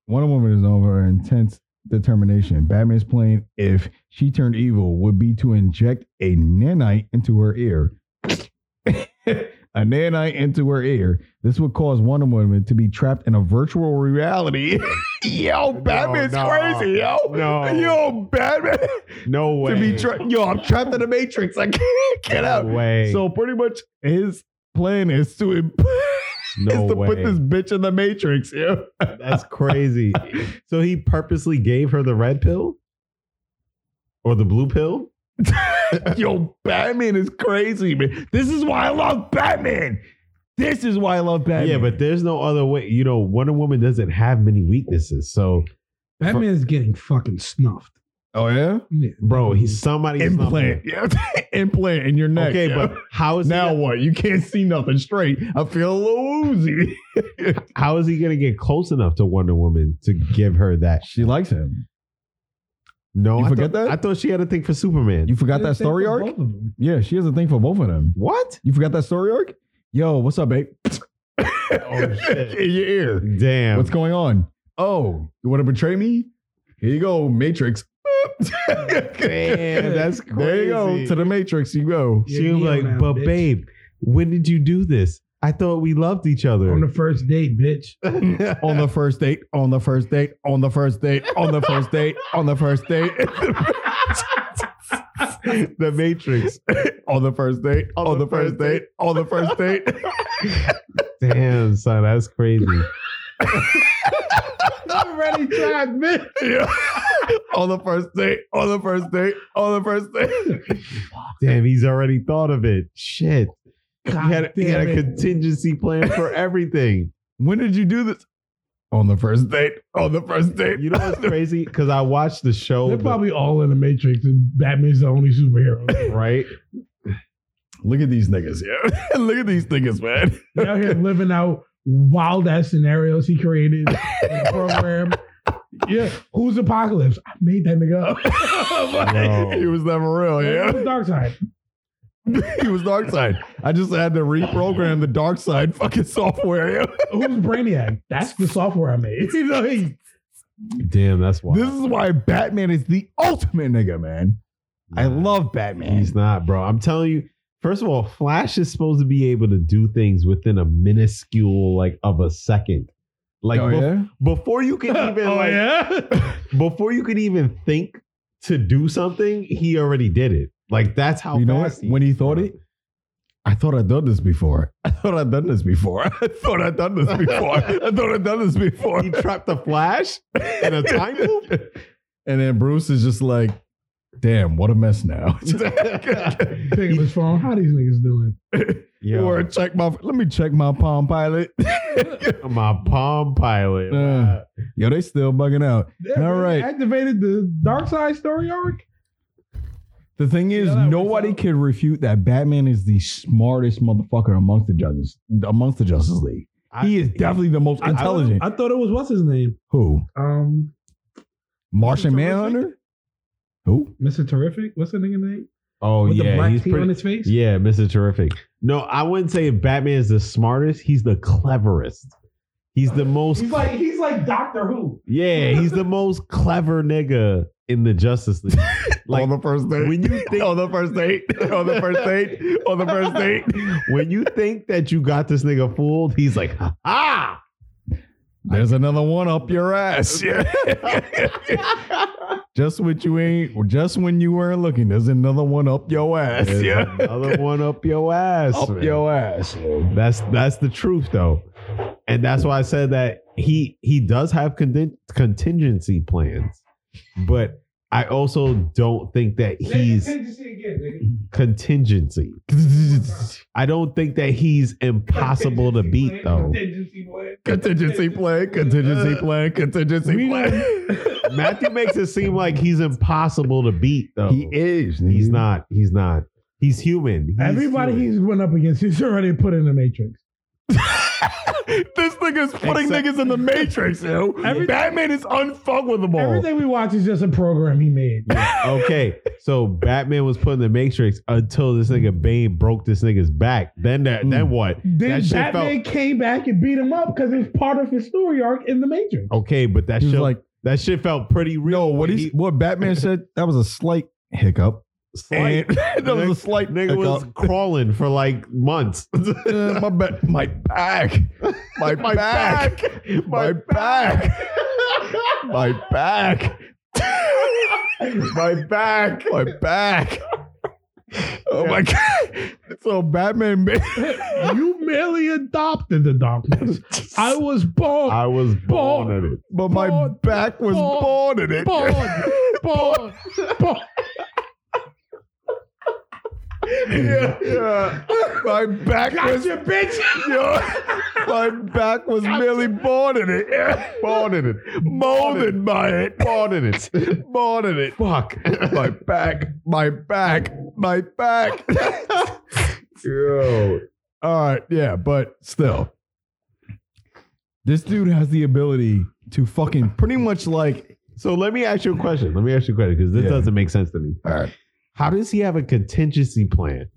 A: Wonder Woman is over her intense determination. Batman's plan, if she turned evil, would be to inject a nanite into her ear. a nanite into her ear. This would cause Wonder Woman to be trapped in a virtual reality. yo, Batman's
B: no.
A: crazy, yo.
B: No.
A: Yo, Batman.
B: No way.
A: To be tra- yo, I'm trapped in the Matrix. I can't get
B: no
A: out.
B: way.
A: So pretty much his plan is to, imp-
B: no
A: is to
B: way.
A: put this bitch in the Matrix, yo.
B: That's crazy. so he purposely gave her the red pill or the blue pill.
A: Yo, Batman is crazy, man. This is why I love Batman. This is why I love Batman.
B: yeah, but there's no other way. You know, Wonder Woman doesn't have many weaknesses. So,
D: Batman's getting fucking snuffed.
A: oh yeah,
D: Yeah.
B: bro, he's somebody
A: Mm-hmm. implant, yeah, implant in your neck.
B: Okay,
A: yo.
B: but how is
A: now
B: he,
A: what? You can't see nothing straight. I feel a little woozy.
B: how is he gonna get close enough to Wonder Woman to give her that?
A: She likes him.
B: No,
A: You
B: I
A: forget
B: thought-
A: that?
B: I thought she had a thing for Superman.
A: You forgot that
D: Same
A: story
D: for
A: arc?
D: both of them.
A: Yeah, she has a thing for both of them.
B: what?
A: You forgot that story arc? Yo, what's up, babe?
B: Oh, shit.
A: in your ear.
B: Damn.
A: What's going on? Oh, you want to betray me? Here you go, Matrix.
B: Damn, that's crazy.
A: There you go. To the Matrix you go.
B: She
D: Yeah,
B: was like,
D: now,
B: but
D: bitch.
B: babe, when did you do this? I thought we loved each other.
D: on the first date, bitch.
A: on the first date, on the first date, on the first date, on the first date, on the first date,
B: The Matrix.
A: on the first date, on, the, first date, on the first date.
B: Damn, son, that's crazy.
A: already tried, man. on the first date, on the first date, on the first date.
B: Damn, he's already thought of it. Shit.
D: God
B: He had, he had
D: damn
B: a
D: it.
B: contingency plan for everything.
A: When did you do this? On the first date, on the first date.
B: You know what's crazy? Because I watched the show,
D: They're probably all in the Matrix, and Batman's the only superhero.
B: right?
A: Look at these niggas, yeah. Look at these niggas, man.
D: He's out here living out wild ass scenarios he created in the program. Yeah, who's Apocalypse? I made that nigga up.
B: No.
A: He was never real, Oh, yeah.
D: Who's Dark Side?
A: he was dark side. I just had to reprogram the dark side fucking software. yo.
D: Who's Brainiac? That's the software I made.
A: You know, he-
B: Damn, that's why.
A: this is why Batman is the ultimate nigga, man. I
B: Nah,
A: love Batman.
B: He's not, bro. I'm telling you. First of all, Flash is supposed to be able to do things within a minuscule like of a second. Like
A: oh,
B: bef-
A: yeah?
B: before you can even
D: Oh,
B: like
D: yeah?
B: before you could even think to do something, he already did it. Like that's how
A: you know what?
B: fast
A: When he thought it, I thought I'd done this before. I thought I'd done this before. I thought I'd done this before. I thought I'd done this before.
B: he trapped the Flash in a time loop.
A: And then Bruce is just like, damn, what a mess now.
D: Pick up his phone. How these niggas doing?
B: Yo,
A: Or check my let me check my Palm Pilot.
B: my Palm Pilot.
A: Uh. Yo, they still bugging out.
D: They
A: All
D: really
A: right.
D: Activated the Dark Side story arc.
A: The thing is,
D: Yeah, that
A: nobody
D: works out.
A: can refute that Batman is the smartest motherfucker amongst the judges, amongst the Justice League.
B: I-
A: he is definitely the most
D: I-
A: intelligent.
D: I, thought it was what's his name?
A: Who?
D: Um,
A: Martian
D: Mr.
A: Manhunter? Who?
D: Mr. Terrific. What's the nigga name?
B: oh
D: With the
B: yeah,
D: black
B: he's
D: team on
B: pretty.
D: his face.
B: Yeah, Mr. Terrific. No, I wouldn't say Batman is the smartest. He's the cleverest. He's the most.
D: He's like he's like Doctor Who.
B: yeah, he's the most clever nigga in the Justice League. Like
A: on the first date.
B: when you think-
A: on the first date. On the first date. On the first date.
B: when you think that you got this nigga fooled, he's like, ha ha.
A: There's another one up your ass. Yeah. just what you ain't just when you weren't looking, there's another one up your ass.
B: There's
A: yeah.
B: Another one up your ass.
A: Up
B: man.
A: your ass.
B: That's that's the truth though, and that's why I said that he he does have contin- contingency plans, but I also don't think that he's contingency. I don't think that he's impossible to beat though.
A: Contingency plan, contingency plan, contingency
D: We
A: plan.
B: Matthew makes it seem like he's impossible to beat though.
A: He is.
B: He's
A: nigga.
B: not. He's not. He's human. He's
D: Everybody
B: human.
D: he's went up against, he's already put in the Matrix.
A: this nigga's putting
B: Except-
A: niggas in the matrix, yo.
D: Every-
A: Batman is unfuckwithable.
D: Everything we watch is just a program he made.
B: okay, so Batman was put in the Matrix until this nigga Bane broke this nigga's back. Then that, then
A: Mm.
B: what?
D: Then
B: That shit
D: Batman came back and beat him up because it was part of his story arc in the Matrix.
B: Okay, but that
A: He
B: shit
A: was like,
B: that shit felt pretty real.
A: no, what he, what Batman said, that was a slight hiccup.
B: Slight.
A: and that was a slight
B: Nigga was
A: hiccup.
B: crawling for like months.
A: Uh, my ba- my back, my,
B: My
A: back.
B: back.
A: my
B: My
A: back,
B: back.
A: my back,
B: My back.
A: my back. Oh my god! So Batman,
D: you merely adopted the darkness. I was born,
B: I was born in it.
A: but my
D: Born,
A: back was
D: born,
A: born in it.
D: born, born, born.
A: Yeah, yeah. My back was
C: Gotcha, bitch.
A: Yo, my back was merely born in it. Yeah.
B: Born in it.
A: Molded by it.
B: Born in it.
A: Born in it.
B: Fuck.
A: My back, my back, my back.
B: Yo.
A: All right, yeah, but still, this dude has the ability to fucking pretty much like.
B: So let me ask you a question. Let me ask you a question because this
A: Yeah.
B: doesn't make sense to me.
A: All right,
B: How does he have a contingency plan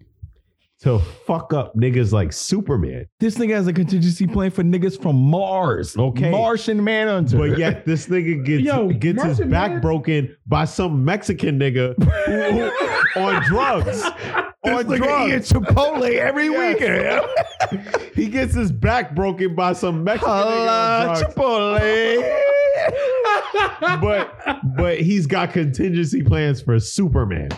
B: to fuck up niggas like Superman?
A: this nigga has a contingency plan for niggas from Mars.
B: Okay.
A: Martian Manhunter.
B: But yet this nigga gets
D: Yo,
B: gets his
D: Martian
B: back
D: Man-
B: broken by some Mexican nigga who- on drugs.
A: this
B: on
A: nigga
B: drugs.
A: eats Chipotle every
B: Yes.
A: weekend.
B: He gets his back broken by some Mexican nigga on
A: Holla,
B: drugs.
A: Chipotle.
B: but but he's got contingency plans for Superman.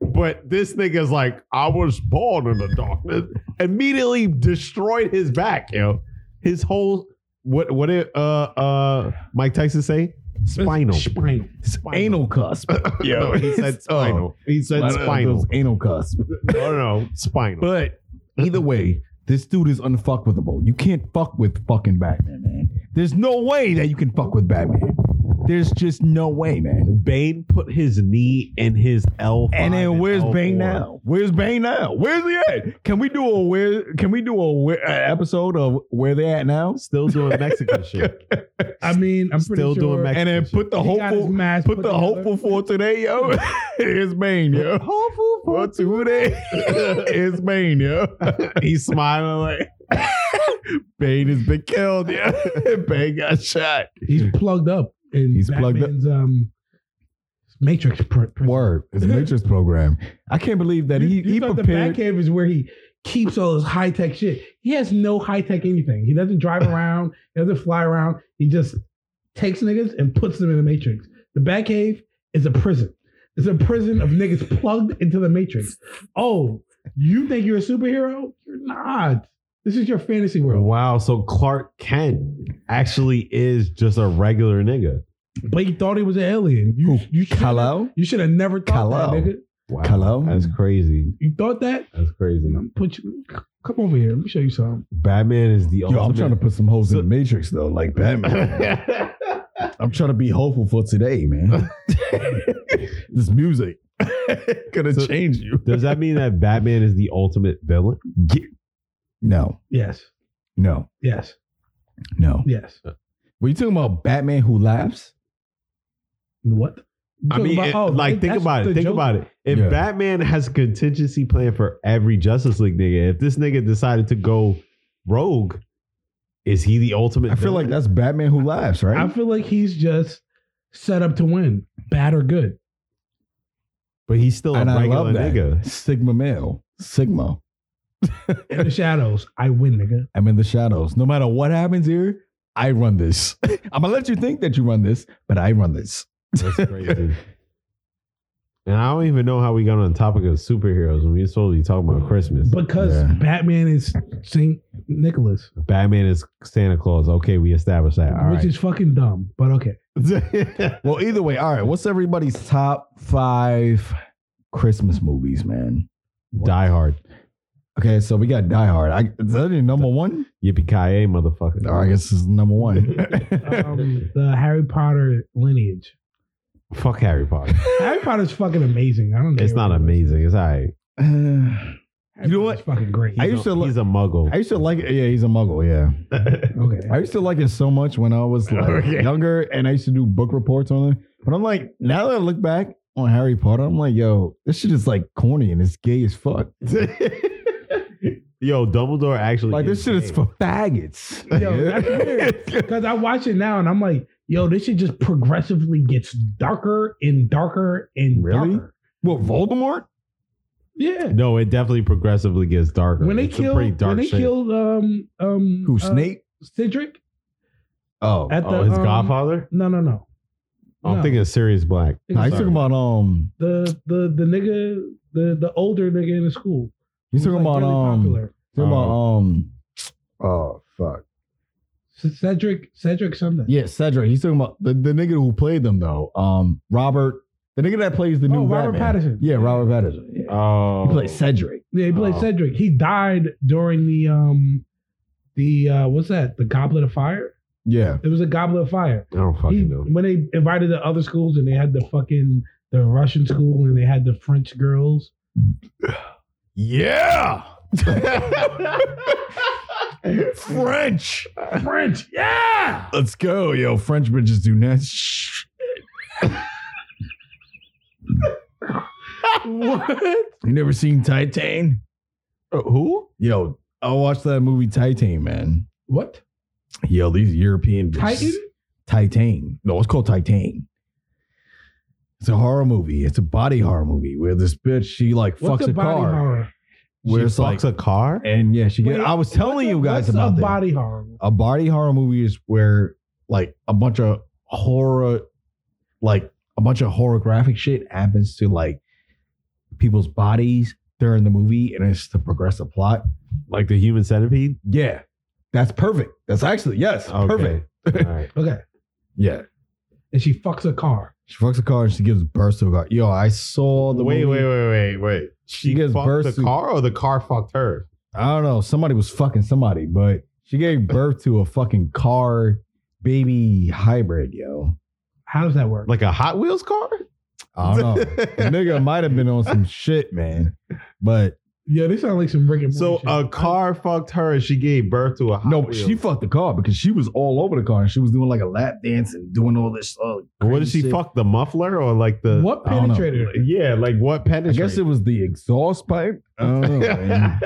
B: But this nigga's like, I was born in the darkness. Immediately destroyed his back, yo. His whole what what did uh uh Mike Tyson say? Spinal.
D: Spinal.
B: Spinal.
A: anal cusp.
B: No, he said spinal. Oh. he said spinal.
A: Anal cusp.
B: No, no, no, spinal.
A: But either way, this dude is unfuckwithable. You can't fuck with fucking Batman, man. There's no way that you can fuck with Batman. There's just no way, man.
B: Bane put his knee in his L.
A: And then where's
B: L4.
A: Bane now? Where's Bane now? Where's he at? Can we do a where? Can we do a, where, a episode of where they at now?
B: Still doing Mexican shit.
D: I mean, I'm pretty
B: Still
D: sure.
B: doing Mexican
A: And then
B: shit.
A: put the
D: he got his
A: hopeful,
D: mask
A: put the
D: together.
A: hopeful for today, yo. Here's Bane, yo. Hopeful for today. It's Bane, yo.
B: He's smiling like
A: Bane has been killed. Yeah, Bane got shot.
D: He's plugged up in
A: He's plugged up.
D: Batman's um, Matrix. Pr- pr-
A: Word, it's a Matrix program. I can't believe that
D: You,
A: he
D: you
A: he
D: thought
A: prepared.
D: the Batcave is where he keeps all his high tech shit. He has no high tech anything. He doesn't drive around. He doesn't fly around. He just takes niggas and puts them in the Matrix. The Batcave is a prison. It's a prison of niggas plugged into the Matrix. Oh, you think you're a superhero? You're not. This is your fantasy world.
B: Wow, so Clark Kent actually is just a regular nigga.
D: But you thought he was an alien. You
A: Who?
D: you should
A: Kal-El?
D: you should have never thought
A: Kal-El.
D: that, nigga.
B: Wow.
A: Hello?
B: That's crazy.
D: You thought that?
B: That's crazy.
D: Put you come over here. Let me show you something.
B: Batman is the
A: Yo, I'm trying to
B: ultimate.
A: put some holes in the Matrix though, like Batman. I'm trying to be hopeful for today, man. this music gonna
B: So-
A: change you.
B: Does that mean that Batman is the ultimate villain?
A: No,
D: Yes.
A: no,
D: Yes.
A: no.
D: Yes.
A: Were you talking about Batman who laughs?
D: What?
B: I mean, it-
D: oh,
B: like think about it. Think about it. If
A: Yeah.
B: Batman has a contingency plan for every Justice League nigga, if this nigga decided to go rogue, is he the ultimate?
A: I feel like that's Batman who laughs,
D: I
A: right?
D: feel like he's just set up to win, bad or good.
B: but he's still a
A: and I
B: regular
A: love that.
B: nigga.
A: Sigma male, Sigma.
D: In the shadows, I win, nigga.
A: I'm in the shadows. No matter what happens here, I run this. I'm gonna let you think that you run this, but I run this.
B: That's crazy. and I don't even know how we got on the topic of superheroes when we were supposed to be talking about Christmas.
D: Because
A: Yeah.
D: Batman is Saint Nicholas,
B: Batman is Santa Claus. Okay, we established that. All
D: which
B: right.
D: is fucking dumb. But okay,
A: Well, either way, all right. What's everybody's top five Christmas movies, man?
B: Die Hard.
A: Okay, so we got Die Hard. I, is that your number one?
B: Yippee ki motherfucker.
A: All right, I guess this is number one.
D: um, the Harry Potter lineage.
B: Fuck Harry Potter.
D: Harry Potter's fucking amazing. I don't.
B: It's
D: care
B: not
D: what-
B: amazing. It's all right.
A: Uh,
D: Harry
A: You know
D: Potter's Fucking great.
A: I
B: He's
A: used
B: a-
A: to look-
B: He's a muggle.
A: I used to like it. Yeah, he's a muggle. Yeah.
D: okay.
A: I used to like it so much when I was like
B: Okay.
A: younger and I used to do book reports on it. But I'm like, now that I look back on Harry Potter, I'm like, yo, this shit is like corny and it's gay as fuck.
B: Yo, Dumbledore actually.
A: Like, this shit is
B: gay.
A: for faggots.
D: Yo, that's weird. Because I watch it now and I'm like, yo, this shit just progressively gets darker and darker and
A: Really?
D: darker.
A: What, Voldemort?
D: Yeah.
B: No, it definitely progressively gets darker.
D: When they
B: it's a pretty
D: killed,
B: dark
D: when they
B: shit.
D: killed, um, um,
A: Who
D: uh,
A: Snape?
D: Cedric?
A: Oh,
D: At
B: oh, his
D: um,
B: Godfather.
D: No, no, no.
B: I'm
D: no.
B: thinking Sirius Black.
D: It was
A: I
B: I'm
A: he's
B: sorry.
A: talking about um,
D: the the the nigga, the the older nigga in the school.
A: he's
D: He
A: talking
D: was,
A: about
D: like, really
A: um,
D: popular.
A: talking about um, oh fuck,
D: C- Cedric Cedric something.
A: yeah, Cedric. He's talking about the, the nigga who played them though. Um, Robert, the nigga that plays the new
D: oh, Robert
A: Batman.
D: Patterson.
A: Yeah, Robert Patterson. Yeah.
B: Oh,
A: He played Cedric.
D: Yeah, he played
B: Oh.
D: Cedric. He died during the um the uh what's that? The Goblet of Fire?
A: Yeah,
D: It was a Goblet of Fire.
B: I don't
D: He,
B: fucking know.
D: when they invited the other schools and they had the fucking the Russian school and they had the French girls.
A: yeah. French,
C: French. Yeah.
A: let's go, yo. French bitches do that. Shh.
B: what?
A: You never seen Titan?
D: Uh,
B: who?
A: Yo, I watched that movie Titan, man.
D: What?
A: Yo, these European bitches-
D: Titan?
A: Titan. No, it's called Titan. It's a horror movie. It's a body horror movie where this bitch she like
D: What's
A: fucks
D: a
A: a
D: body
A: car,
D: horror?
A: Where
B: she
A: it's like-
B: fucks a car?
A: and yeah, she get.
D: Wait,
A: I was telling you guys
D: What's
A: about
D: a
A: that.
D: body horror.
A: A body horror movie is where like a bunch of horror, like a bunch of horographic shit happens to like people's bodies during the movie, and it's to progress the plot.
B: Like the human centipede?
A: Yeah, that's perfect. That's actually yes, perfect.
B: All right.
D: Okay.
A: Yeah,
D: And she fucks a car.
A: she fucks a car and she gives birth to a car. Yo, I saw the
B: wait,
A: movie.
B: wait, wait, wait, wait. She,
A: gets
B: fucked
A: burst
B: the
A: to-
B: car, or the car fucked her?
A: I don't know. Somebody was fucking somebody, but she gave birth to a fucking car baby hybrid, yo.
D: How does that work?
B: Like a Hot Wheels car?
A: I don't know. The nigga might have been on some shit, man. But
D: yeah, they sound like some Rick and Morty
B: so a
D: shit.
B: car fucked her, and she gave birth to a Hot
A: no,
B: Wheels.
A: she fucked the car because she was all over the car and she was doing like a lap dance and doing all this. Uh,
B: What did
A: crazy
B: she
A: shit.
B: fuck? The muffler or like the
D: what
A: uh, I don't know.
D: penetrator?
B: Yeah, like what
A: I
B: penetrator?
A: guess it was the exhaust pipe. I don't know, man.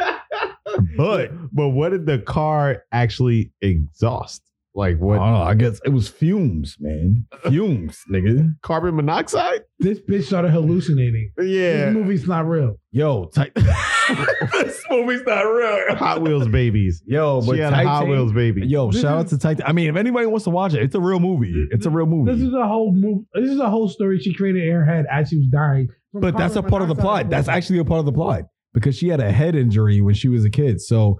B: but but what did the car actually exhaust? Like
A: I
B: what?
A: don't know. I guess it was fumes, man. Fumes, nigga.
B: carbon monoxide?
D: This bitch started hallucinating.
B: Yeah.
D: This movie's not real.
A: Yo, tight.
B: this movie's not real. Hot Wheels babies.
A: Yo, but
B: she had a Hot
A: Titan-
B: Wheels baby.
A: Yo,
D: This
A: shout
D: is-
A: out to Titan. I mean, if anybody wants to watch it, it's a real movie. It's a real movie.
D: This is a whole move. This is a whole story she created in her head as she was dying. from
A: but that's a
D: carbon
A: part of the
D: monoxide
A: plot. That's
D: poisoning.
A: actually a part of the plot because she had a head injury when she was a kid. So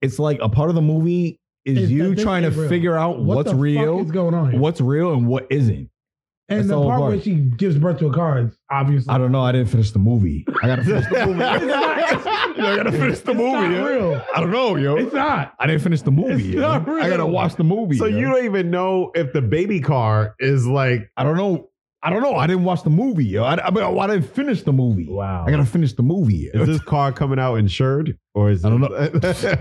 A: it's like a part of the movie is
D: Is that
A: you
D: this
A: trying to
D: ain't real.
A: figure out
D: What
A: what's
D: the fuck
A: real,
D: is going on. Here?
A: what's real, and what isn't. that's
D: and the
A: the whole
D: part
A: part.
D: where she gives birth to a car is obviously.
A: I don't know. I didn't finish the movie. I gotta finish the movie.
B: It's not-
A: Yo, I gotta finish the
D: it's
A: movie.
D: not
A: yo.
D: real.
A: I don't know, yo.
D: It's not.
A: I didn't finish the movie.
D: It's
A: yo.
D: not real.
A: I gotta watch the movie.
B: So
A: yo.
B: you don't even know if the baby car is like
A: I don't know. I don't know. I didn't watch the movie. Yo. I, I mean, I didn't finish the movie.
B: wow.
A: I gotta finish the movie.
B: is this car coming out insured or is
A: I don't
B: know.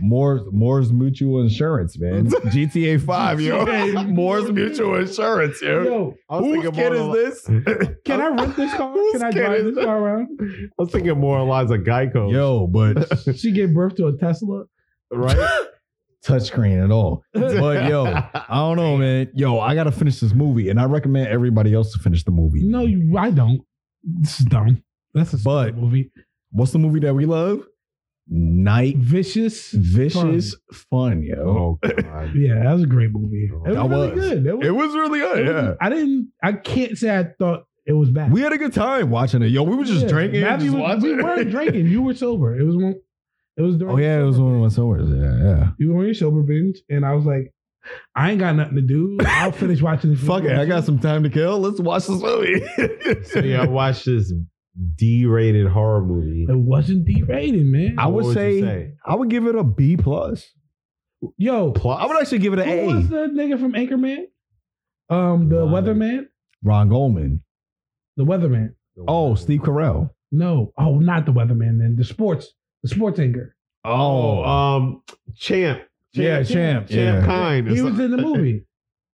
A: Moore's Moore's Mutual Insurance, man. GTA Five, yo.
D: GTA.
A: Moore's Mutual Insurance, yo.
D: Yo,
A: Whose kid is this?
D: can I rent this car?
B: Whose
D: Can I
B: kid
D: drive
B: is
D: this
B: that?
D: car around?
B: I was thinking more along the lines of Geico.
A: Yo, but
D: She gave birth to a Tesla.
B: right?
A: touchscreen at all. But yo, I don't know, man. Yo, I gotta finish this movie, and I recommend everybody else to finish the movie.
D: No, you. I don't. This is dumb. That's a
A: But-
D: stupid movie.
A: what's the movie that we love? Night
D: Vicious.
A: Vicious Fun, yo.
B: oh god.
D: Yeah, that was a great movie. It was
A: That
D: really
A: was.
D: good. It was,
A: It was really good.
D: it was-
A: Yeah.
D: I didn't. I can't say I thought it was bad.
A: We had a good time watching it. Yo, we were just
D: Yeah.
A: drinking.
D: Matthew
A: just
D: was-
A: watching
D: we
A: it.
D: weren't drinking. You were sober. It was one. It was during.
A: Oh yeah, it was one of my somewhere. Yeah, yeah.
D: You were on your sober binge, and I was like, I ain't got nothing to do. I'll finish watching this.
A: Fuck it,
D: movie.
A: I got some time to kill. Let's watch this movie.
B: So yeah, I watched this D-rated horror movie.
D: It wasn't derated, man.
A: I would
B: What you
A: say- I would give it a B plus.
D: Yo,
B: plus.
A: I would actually give it an
D: who was
A: A.
D: the nigga from Anchorman? Um, the
B: Ronnie.
D: weatherman.
A: Ron Goldman.
D: The weatherman.
A: Oh, Steve Carell.
D: No, oh, not the weatherman. Then the sports, the sports anchor.
B: Oh, um, Champ.
A: yeah,
D: Champ,
A: champ.
B: Champ
A: yeah.
B: Kind.
D: He was in the movie.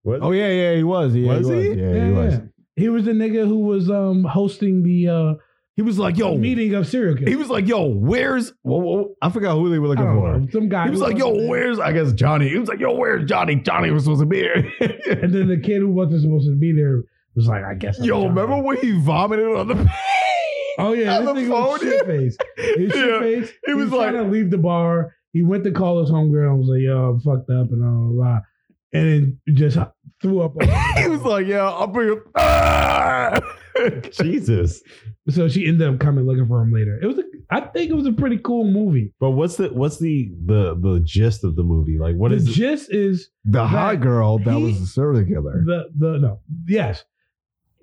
B: What?
A: Oh yeah, yeah, he was. Yeah,
B: Was
A: he?
B: he?
A: Yeah, he was.
D: He was the nigga who was um hosting the uh
A: He was like, yo,
D: meeting of serial killers.
A: he was like, yo, where's? Whoa, whoa, I forgot who they were
D: I
A: looking
D: don't
A: for.
D: know, some guy.
A: He was
D: who
A: like, yo,
D: wasn't there.
A: where's? I guess Johnny. He was like, yo, where's Johnny? Johnny was supposed to be here.
D: And then the kid who wasn't supposed to be there was like, I guess. I'm
A: yo,
D: Johnny.
A: remember when he vomited on the?
D: Oh yeah,
B: On
D: this
B: the
D: nigga
B: phone?
D: was shit face. He was
B: Yeah,
D: shit face.
B: he was like-
D: trying to leave the bar. He went to call his homegirl and was like, "Yo, I'm fucked up and all blah," and then just threw up. on her.
A: He was like, "Yeah, I'll bring him." Ah!
B: Jesus.
D: so she ended up coming looking for him later. It was, a, I think, it was a pretty cool movie.
B: But what's the what's the the the gist of the movie? Like what
D: the
B: is it?
D: gist is
A: The hot girl that was the serial killer.
D: the the no yes,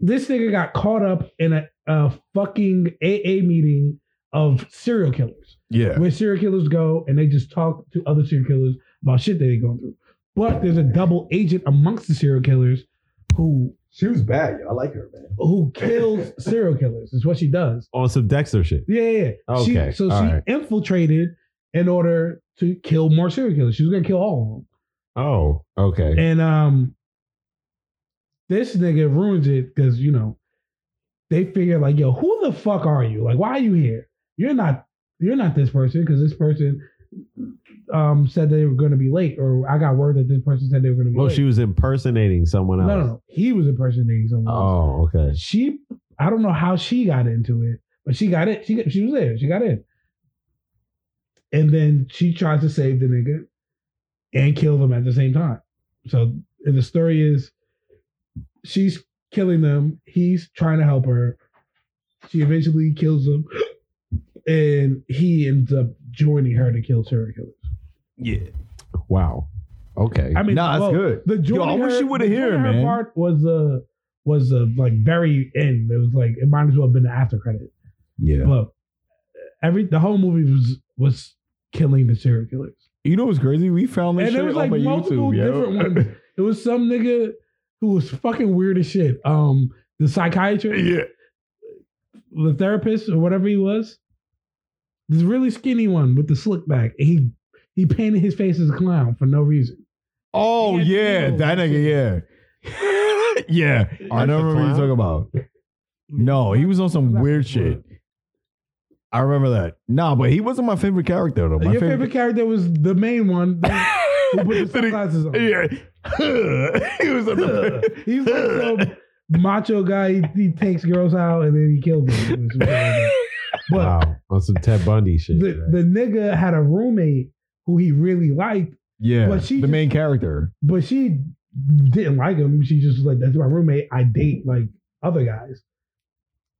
D: this nigga got caught up in a, a fucking AA meeting of serial killers.
A: Yeah,
D: where serial killers go and they just talk to other serial killers about shit that they go through. But there's a double agent amongst the serial killers who
E: She was bad. yo. I like her, man.
D: who kills serial killers. Is what she does.
B: on Oh, some Dexter shit?
D: Yeah, yeah. yeah. She-
B: Okay,
D: so
B: all
D: she
B: right.
D: infiltrated in order to kill more serial killers. She was gonna kill all
B: Oh,
D: of them.
B: okay.
D: And um, this nigga ruins it because you know they figure like, yo, who the fuck are you? Like, why are you here? You're not. You're not this person because this person um said they were going to be late, or I got word that this person said they were going to be
B: Well,
D: late.
B: she was impersonating someone
D: no,
B: else.
D: no, no. He was impersonating someone. else.
B: Oh, okay.
D: She, I don't know how she got into it, but she got it. She got, she was there. She got in, and then she tries to save the nigga and kill them at the same time. So and the story is, she's killing them. He's trying to help her. She eventually kills him, and he ends up joining her to kill serial killers.
A: yeah.
B: Wow. Okay.
D: I mean,
A: nah,
D: well,
A: that's good.
D: The
A: Yo, I
D: joining
A: wish
D: her-
A: you would
D: the
A: have heard,
D: joining her
A: man.
D: Part was the was the like very end. It was like it might as well have been the after credit.
A: yeah.
D: But uh, every the whole movie was was killing the serial killers,
A: You know what's crazy? We found this
D: and there
A: shit
D: was like
A: up on
D: multiple
A: YouTube, yo.
D: different ones. It was some nigga who was fucking weird as shit. Um, the psychiatrist,
A: Yeah.
D: the therapist, or whatever he was. This really skinny one with the slick back, and he he painted his face as a clown for no reason.
A: Oh
D: He had
A: yeah,
D: needles
A: that
D: and
A: nigga. Yeah. yeah. I
B: Art
A: don't
B: the
A: remember what you
B: Clown?
A: talking about. No, he was on some weird shit. I remember that. Nah, but he wasn't my favorite character though. My
D: Your favorite, character was the main one that- who put the
A: Did he-
D: sunglasses on.
A: yeah. he was a
D: He's like some macho guy. He, he takes girls out and then he kills them. It was really good. But
B: wow. On some Ted Bundy shit.
D: the, the nigga had a roommate who he really liked,
A: Yeah.
D: But she
A: the
D: just-
A: main character.
D: but she didn't like him. She just was like, that's my roommate. I date like other guys.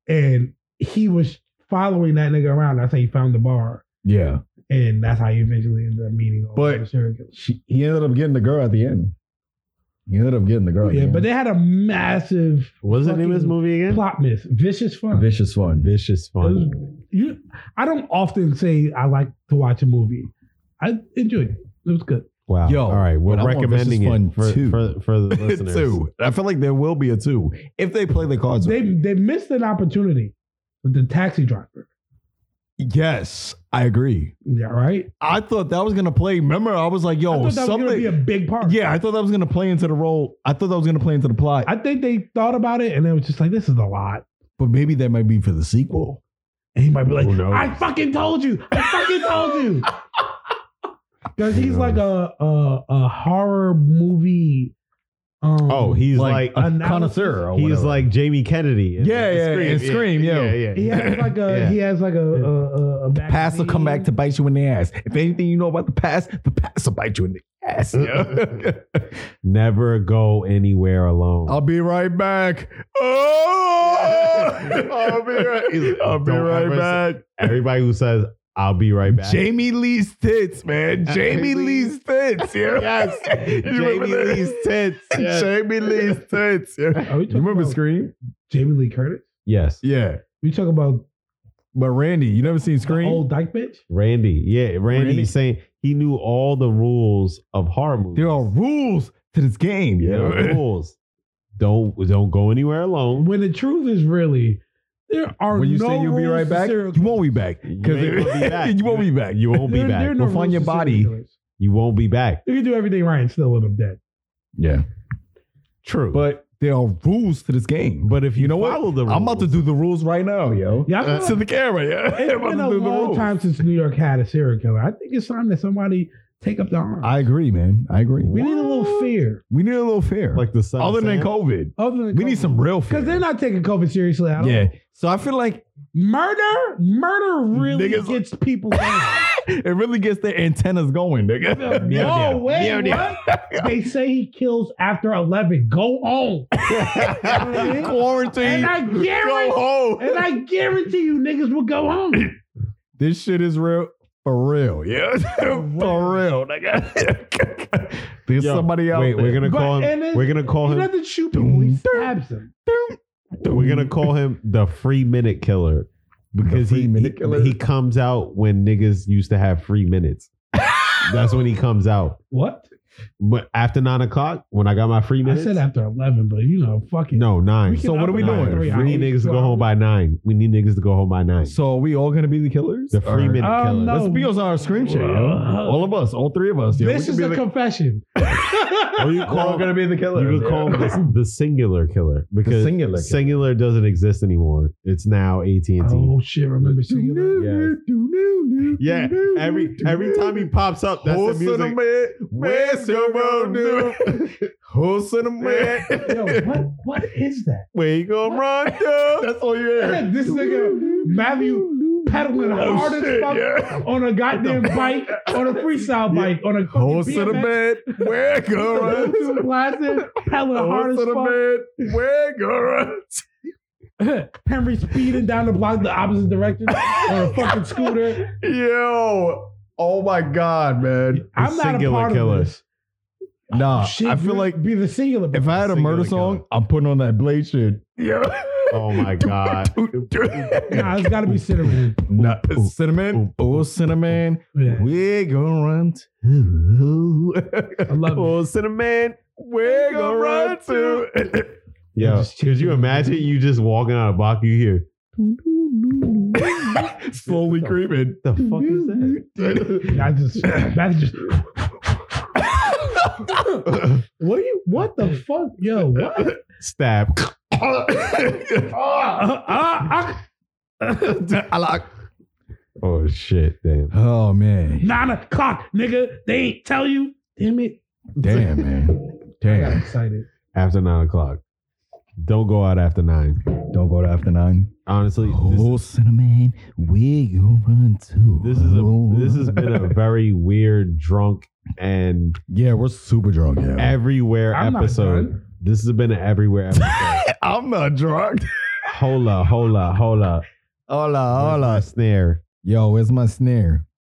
D: And he was following that nigga around. That's how he found the bar.
A: Yeah.
D: And that's how he eventually ended up meeting all
A: But-
D: the serial killers.
A: She, he ended up getting the girl at the end. He ended up getting the girl. at
D: Yeah,
A: the
D: but
A: end.
D: they had a massive
B: what was the name of this
D: fucking
B: movie again?
D: plot miss. Vicious fun.
A: vicious fun.
B: Vicious
D: It was-
B: Fun.
D: you, I don't often say I like to watch a movie. I enjoyed it. It was good.
B: Wow.
A: Yo,
B: All
A: but
B: right.
A: I
B: We're
A: want
B: recommending
A: Vicious Fun
B: it for,
A: too.
B: for, for the listeners.
A: two. I feel like there will be a two if they play the cards.
D: They
A: right.
D: they missed an opportunity with the taxi driver.
A: yes, I agree.
D: Yeah, right.
A: I thought that was gonna play. Remember, I was like,
D: I
A: "Yo,
D: thought that was gonna
A: Oh, something."
D: be a big part.
A: yeah, I thought that was gonna play into the role. I thought that was gonna play into the plot.
D: I think they thought about it and they was just like, "This is a lot."
A: but maybe that might be for the sequel.
D: And he might be like,
B: Who knows?
D: "I fucking told you! I fucking told you!" Because he's like a, a a horror movie. Um,
B: Oh, he's like,
A: Like, a connoisseur. Or
B: he's
A: whatever.
B: like Jamie Kennedy. in-
A: Yeah,
B: in
A: yeah, in Scream, yo.
B: yeah, yeah.
D: he has like a
B: Yeah.
D: he has like a a, a, a
A: past will come back to
D: magazine.
A: bite you in the ass. If anything you know about the past, the past will bite you in the ass. yo.
B: Never go anywhere alone.
A: I'll be right back. Oh,
B: I'll be right- he's like,
A: I'll be
B: "Don't
A: right
B: ever
A: back.
B: Everybody who says I'll be right back.
A: Jamie Lee's tits, man. Jamie
B: Jamie
A: Lee's tits. Yeah.
B: Yes.
A: You remember
B: Jamie
A: that?
B: Lee's tits. Yes.
A: Jamie Lee's tits. Yeah.
D: Are we
A: You
D: talking
A: remember
D: Oh, about
A: Scream?
D: Jamie Lee Curtis?
B: Yes.
A: Yeah.
D: We talk about
A: But Randy, you never seen
D: the
A: Scream?
D: old dyke bitch.
B: Randy. Yeah. Randy,
A: Randy?
B: saying he knew all the rules of horror movies.
A: there are rules to this game.
B: There
A: yo.
B: are rules. Don't don't go anywhere alone.
D: When the truth is really, there are
A: When you
D: no
A: say you'll be
D: rules
A: right
D: to
A: back,
D: serial
A: you won't be back.
B: You
A: Because
B: ain't gonna be back.
A: you won't be back.
B: You won't be
D: There- there are
B: back.
D: no
A: We'll find
D: rules
A: your
D: to serial
A: body.
D: killers.
B: You won't be back.
D: You can do everything right and still end up dead.
A: Yeah.
B: True. But
A: But there are rules to this game. But
B: but if you,
A: you know what?
B: follow the rules,
A: I'm about to do the rules right now, yo.
D: Yeah, I feel
A: Uh,
D: like
A: to the camera, yeah.
D: It's
A: I'm about
D: been
A: to
D: a
A: do the
D: long
A: rules.
D: time since New York had a serial killer. I think it's time that somebody Take up the arms.
A: I agree, man. I agree.
D: we need a little fear.
A: We need a little fear.
B: Like the sun.
A: other than
B: Sam.
A: COVID,
D: Other than
A: we need some real fear.
D: because they're not taking COVID seriously. At
A: yeah.
D: all.
A: So I feel like
D: murder, murder really
A: Niggas-
D: gets people. Down.
A: it really gets their antennas going.
D: no
A: Nigga.
D: way. what? they say he kills after eleven. Go on.
A: Quarantine.
D: And I
A: Go
D: guarantee.
A: home.
D: And I guarantee you, niggas will go home.
A: this shit is real for real. Yeah, for real. nigga. There's
B: Yo,
A: somebody out
B: Wait,
A: there.
B: we're gonna
D: But-
B: call
D: and
B: him.
D: it's-
B: We're gonna
D: He
B: call him.
D: doesn't shoot people. He stabs them.
B: We're gonna call him the free minute killer because
A: The free
B: he,
A: minute
B: he-
A: killer?
B: he comes out when niggas used to have free minutes. That's when he comes out.
D: What?
B: But after nine o'clock, when I got my free
D: I
B: minutes,
D: said after eleven, but you know, fucking
B: no nine.
D: We can
B: So
A: what are we
D: up in
A: doing?
D: three
B: we need
D: hours,
B: niggas to
D: two
B: go home
D: hours.
B: by nine. We need niggas to go home by nine.
A: So are we all gonna be the killers?
B: The free
A: Or- Uh,
B: minute
D: Um,
B: killer.
D: no.
A: Let's be on our screen share, yo. All of us, all three of us. Yo.
D: This
A: We
D: is
A: could
D: a Oh.
A: be
D: confession.
B: Or
A: the,
B: you
A: we're all
B: call
A: gonna be the killers.
B: you could call him the, the singular killer because singular,
A: singular.
B: doesn't exist anymore. It's now AT and T.
D: oh shit! Remember singular.
B: Yes. Yeah, every every time he pops up, that's the music.
A: Where's your road, dude? Who's in a
D: Yo, what what is that?
B: Where you gonna run
A: That's all you hear.
D: This nigga Matthew pedaling
A: Oh,
D: hard as
A: shit,
D: fuck
A: yeah.
D: on a goddamn bike, on a freestyle bike, on a
A: Horse
D: fucking
A: to the
D: BMX,
A: bed, where
D: with
A: girls?
D: some glasses, pedaling hard
A: Horse to
D: as fuck.
A: the bed, where girls?
D: Henry speeding down the block the opposite direction on a fucking scooter.
A: Yo, oh my god, man.
D: I'm not a
B: singular
D: part
B: killer.
D: of this.
A: Nah,
D: Shit,
A: Uh, I feel
D: you
A: like
D: be the singular.
A: if I had a murder
B: Singular
A: song, I'm putting on that blade shit. Yeah.
B: Oh my god!
D: nah, it's gotta be cinnamon.
A: Nah, cinnamon, oh cinnamon,
D: Yeah.
A: we're gonna run to.
D: I love it.
B: Oh, cinnamon.
A: We're
B: gonna run
A: to.
B: Yeah,
D: Just chill.
B: could you imagine you just walking out of block? You hear
A: Slowly creeping.
B: the fuck is that?
D: I just, that's just. what do you? What the fuck, yo? What? Uh,
B: Stab. Oh shit! Damn.
A: Oh man.
D: Nine o'clock, nigga. They ain't tell you. Damn it.
A: Damn, man.
D: I got
A: Damn.
D: excited.
B: After nine o'clock, don't go out after nine.
A: Don't go to after nine.
B: Honestly, this,
A: Oh, cinnamon, we go run Oh. too.
B: this is a this has been a very weird, drunk, and
A: yeah. We're super drunk. Yeah,
B: everywhere
D: I'm not
B: episode.
D: done.
B: This has been an everywhere episode.
A: I'm not drunk.
B: hola, hola, hola.
A: Hola,
B: Hola, snare.
A: Yo, where's my snare?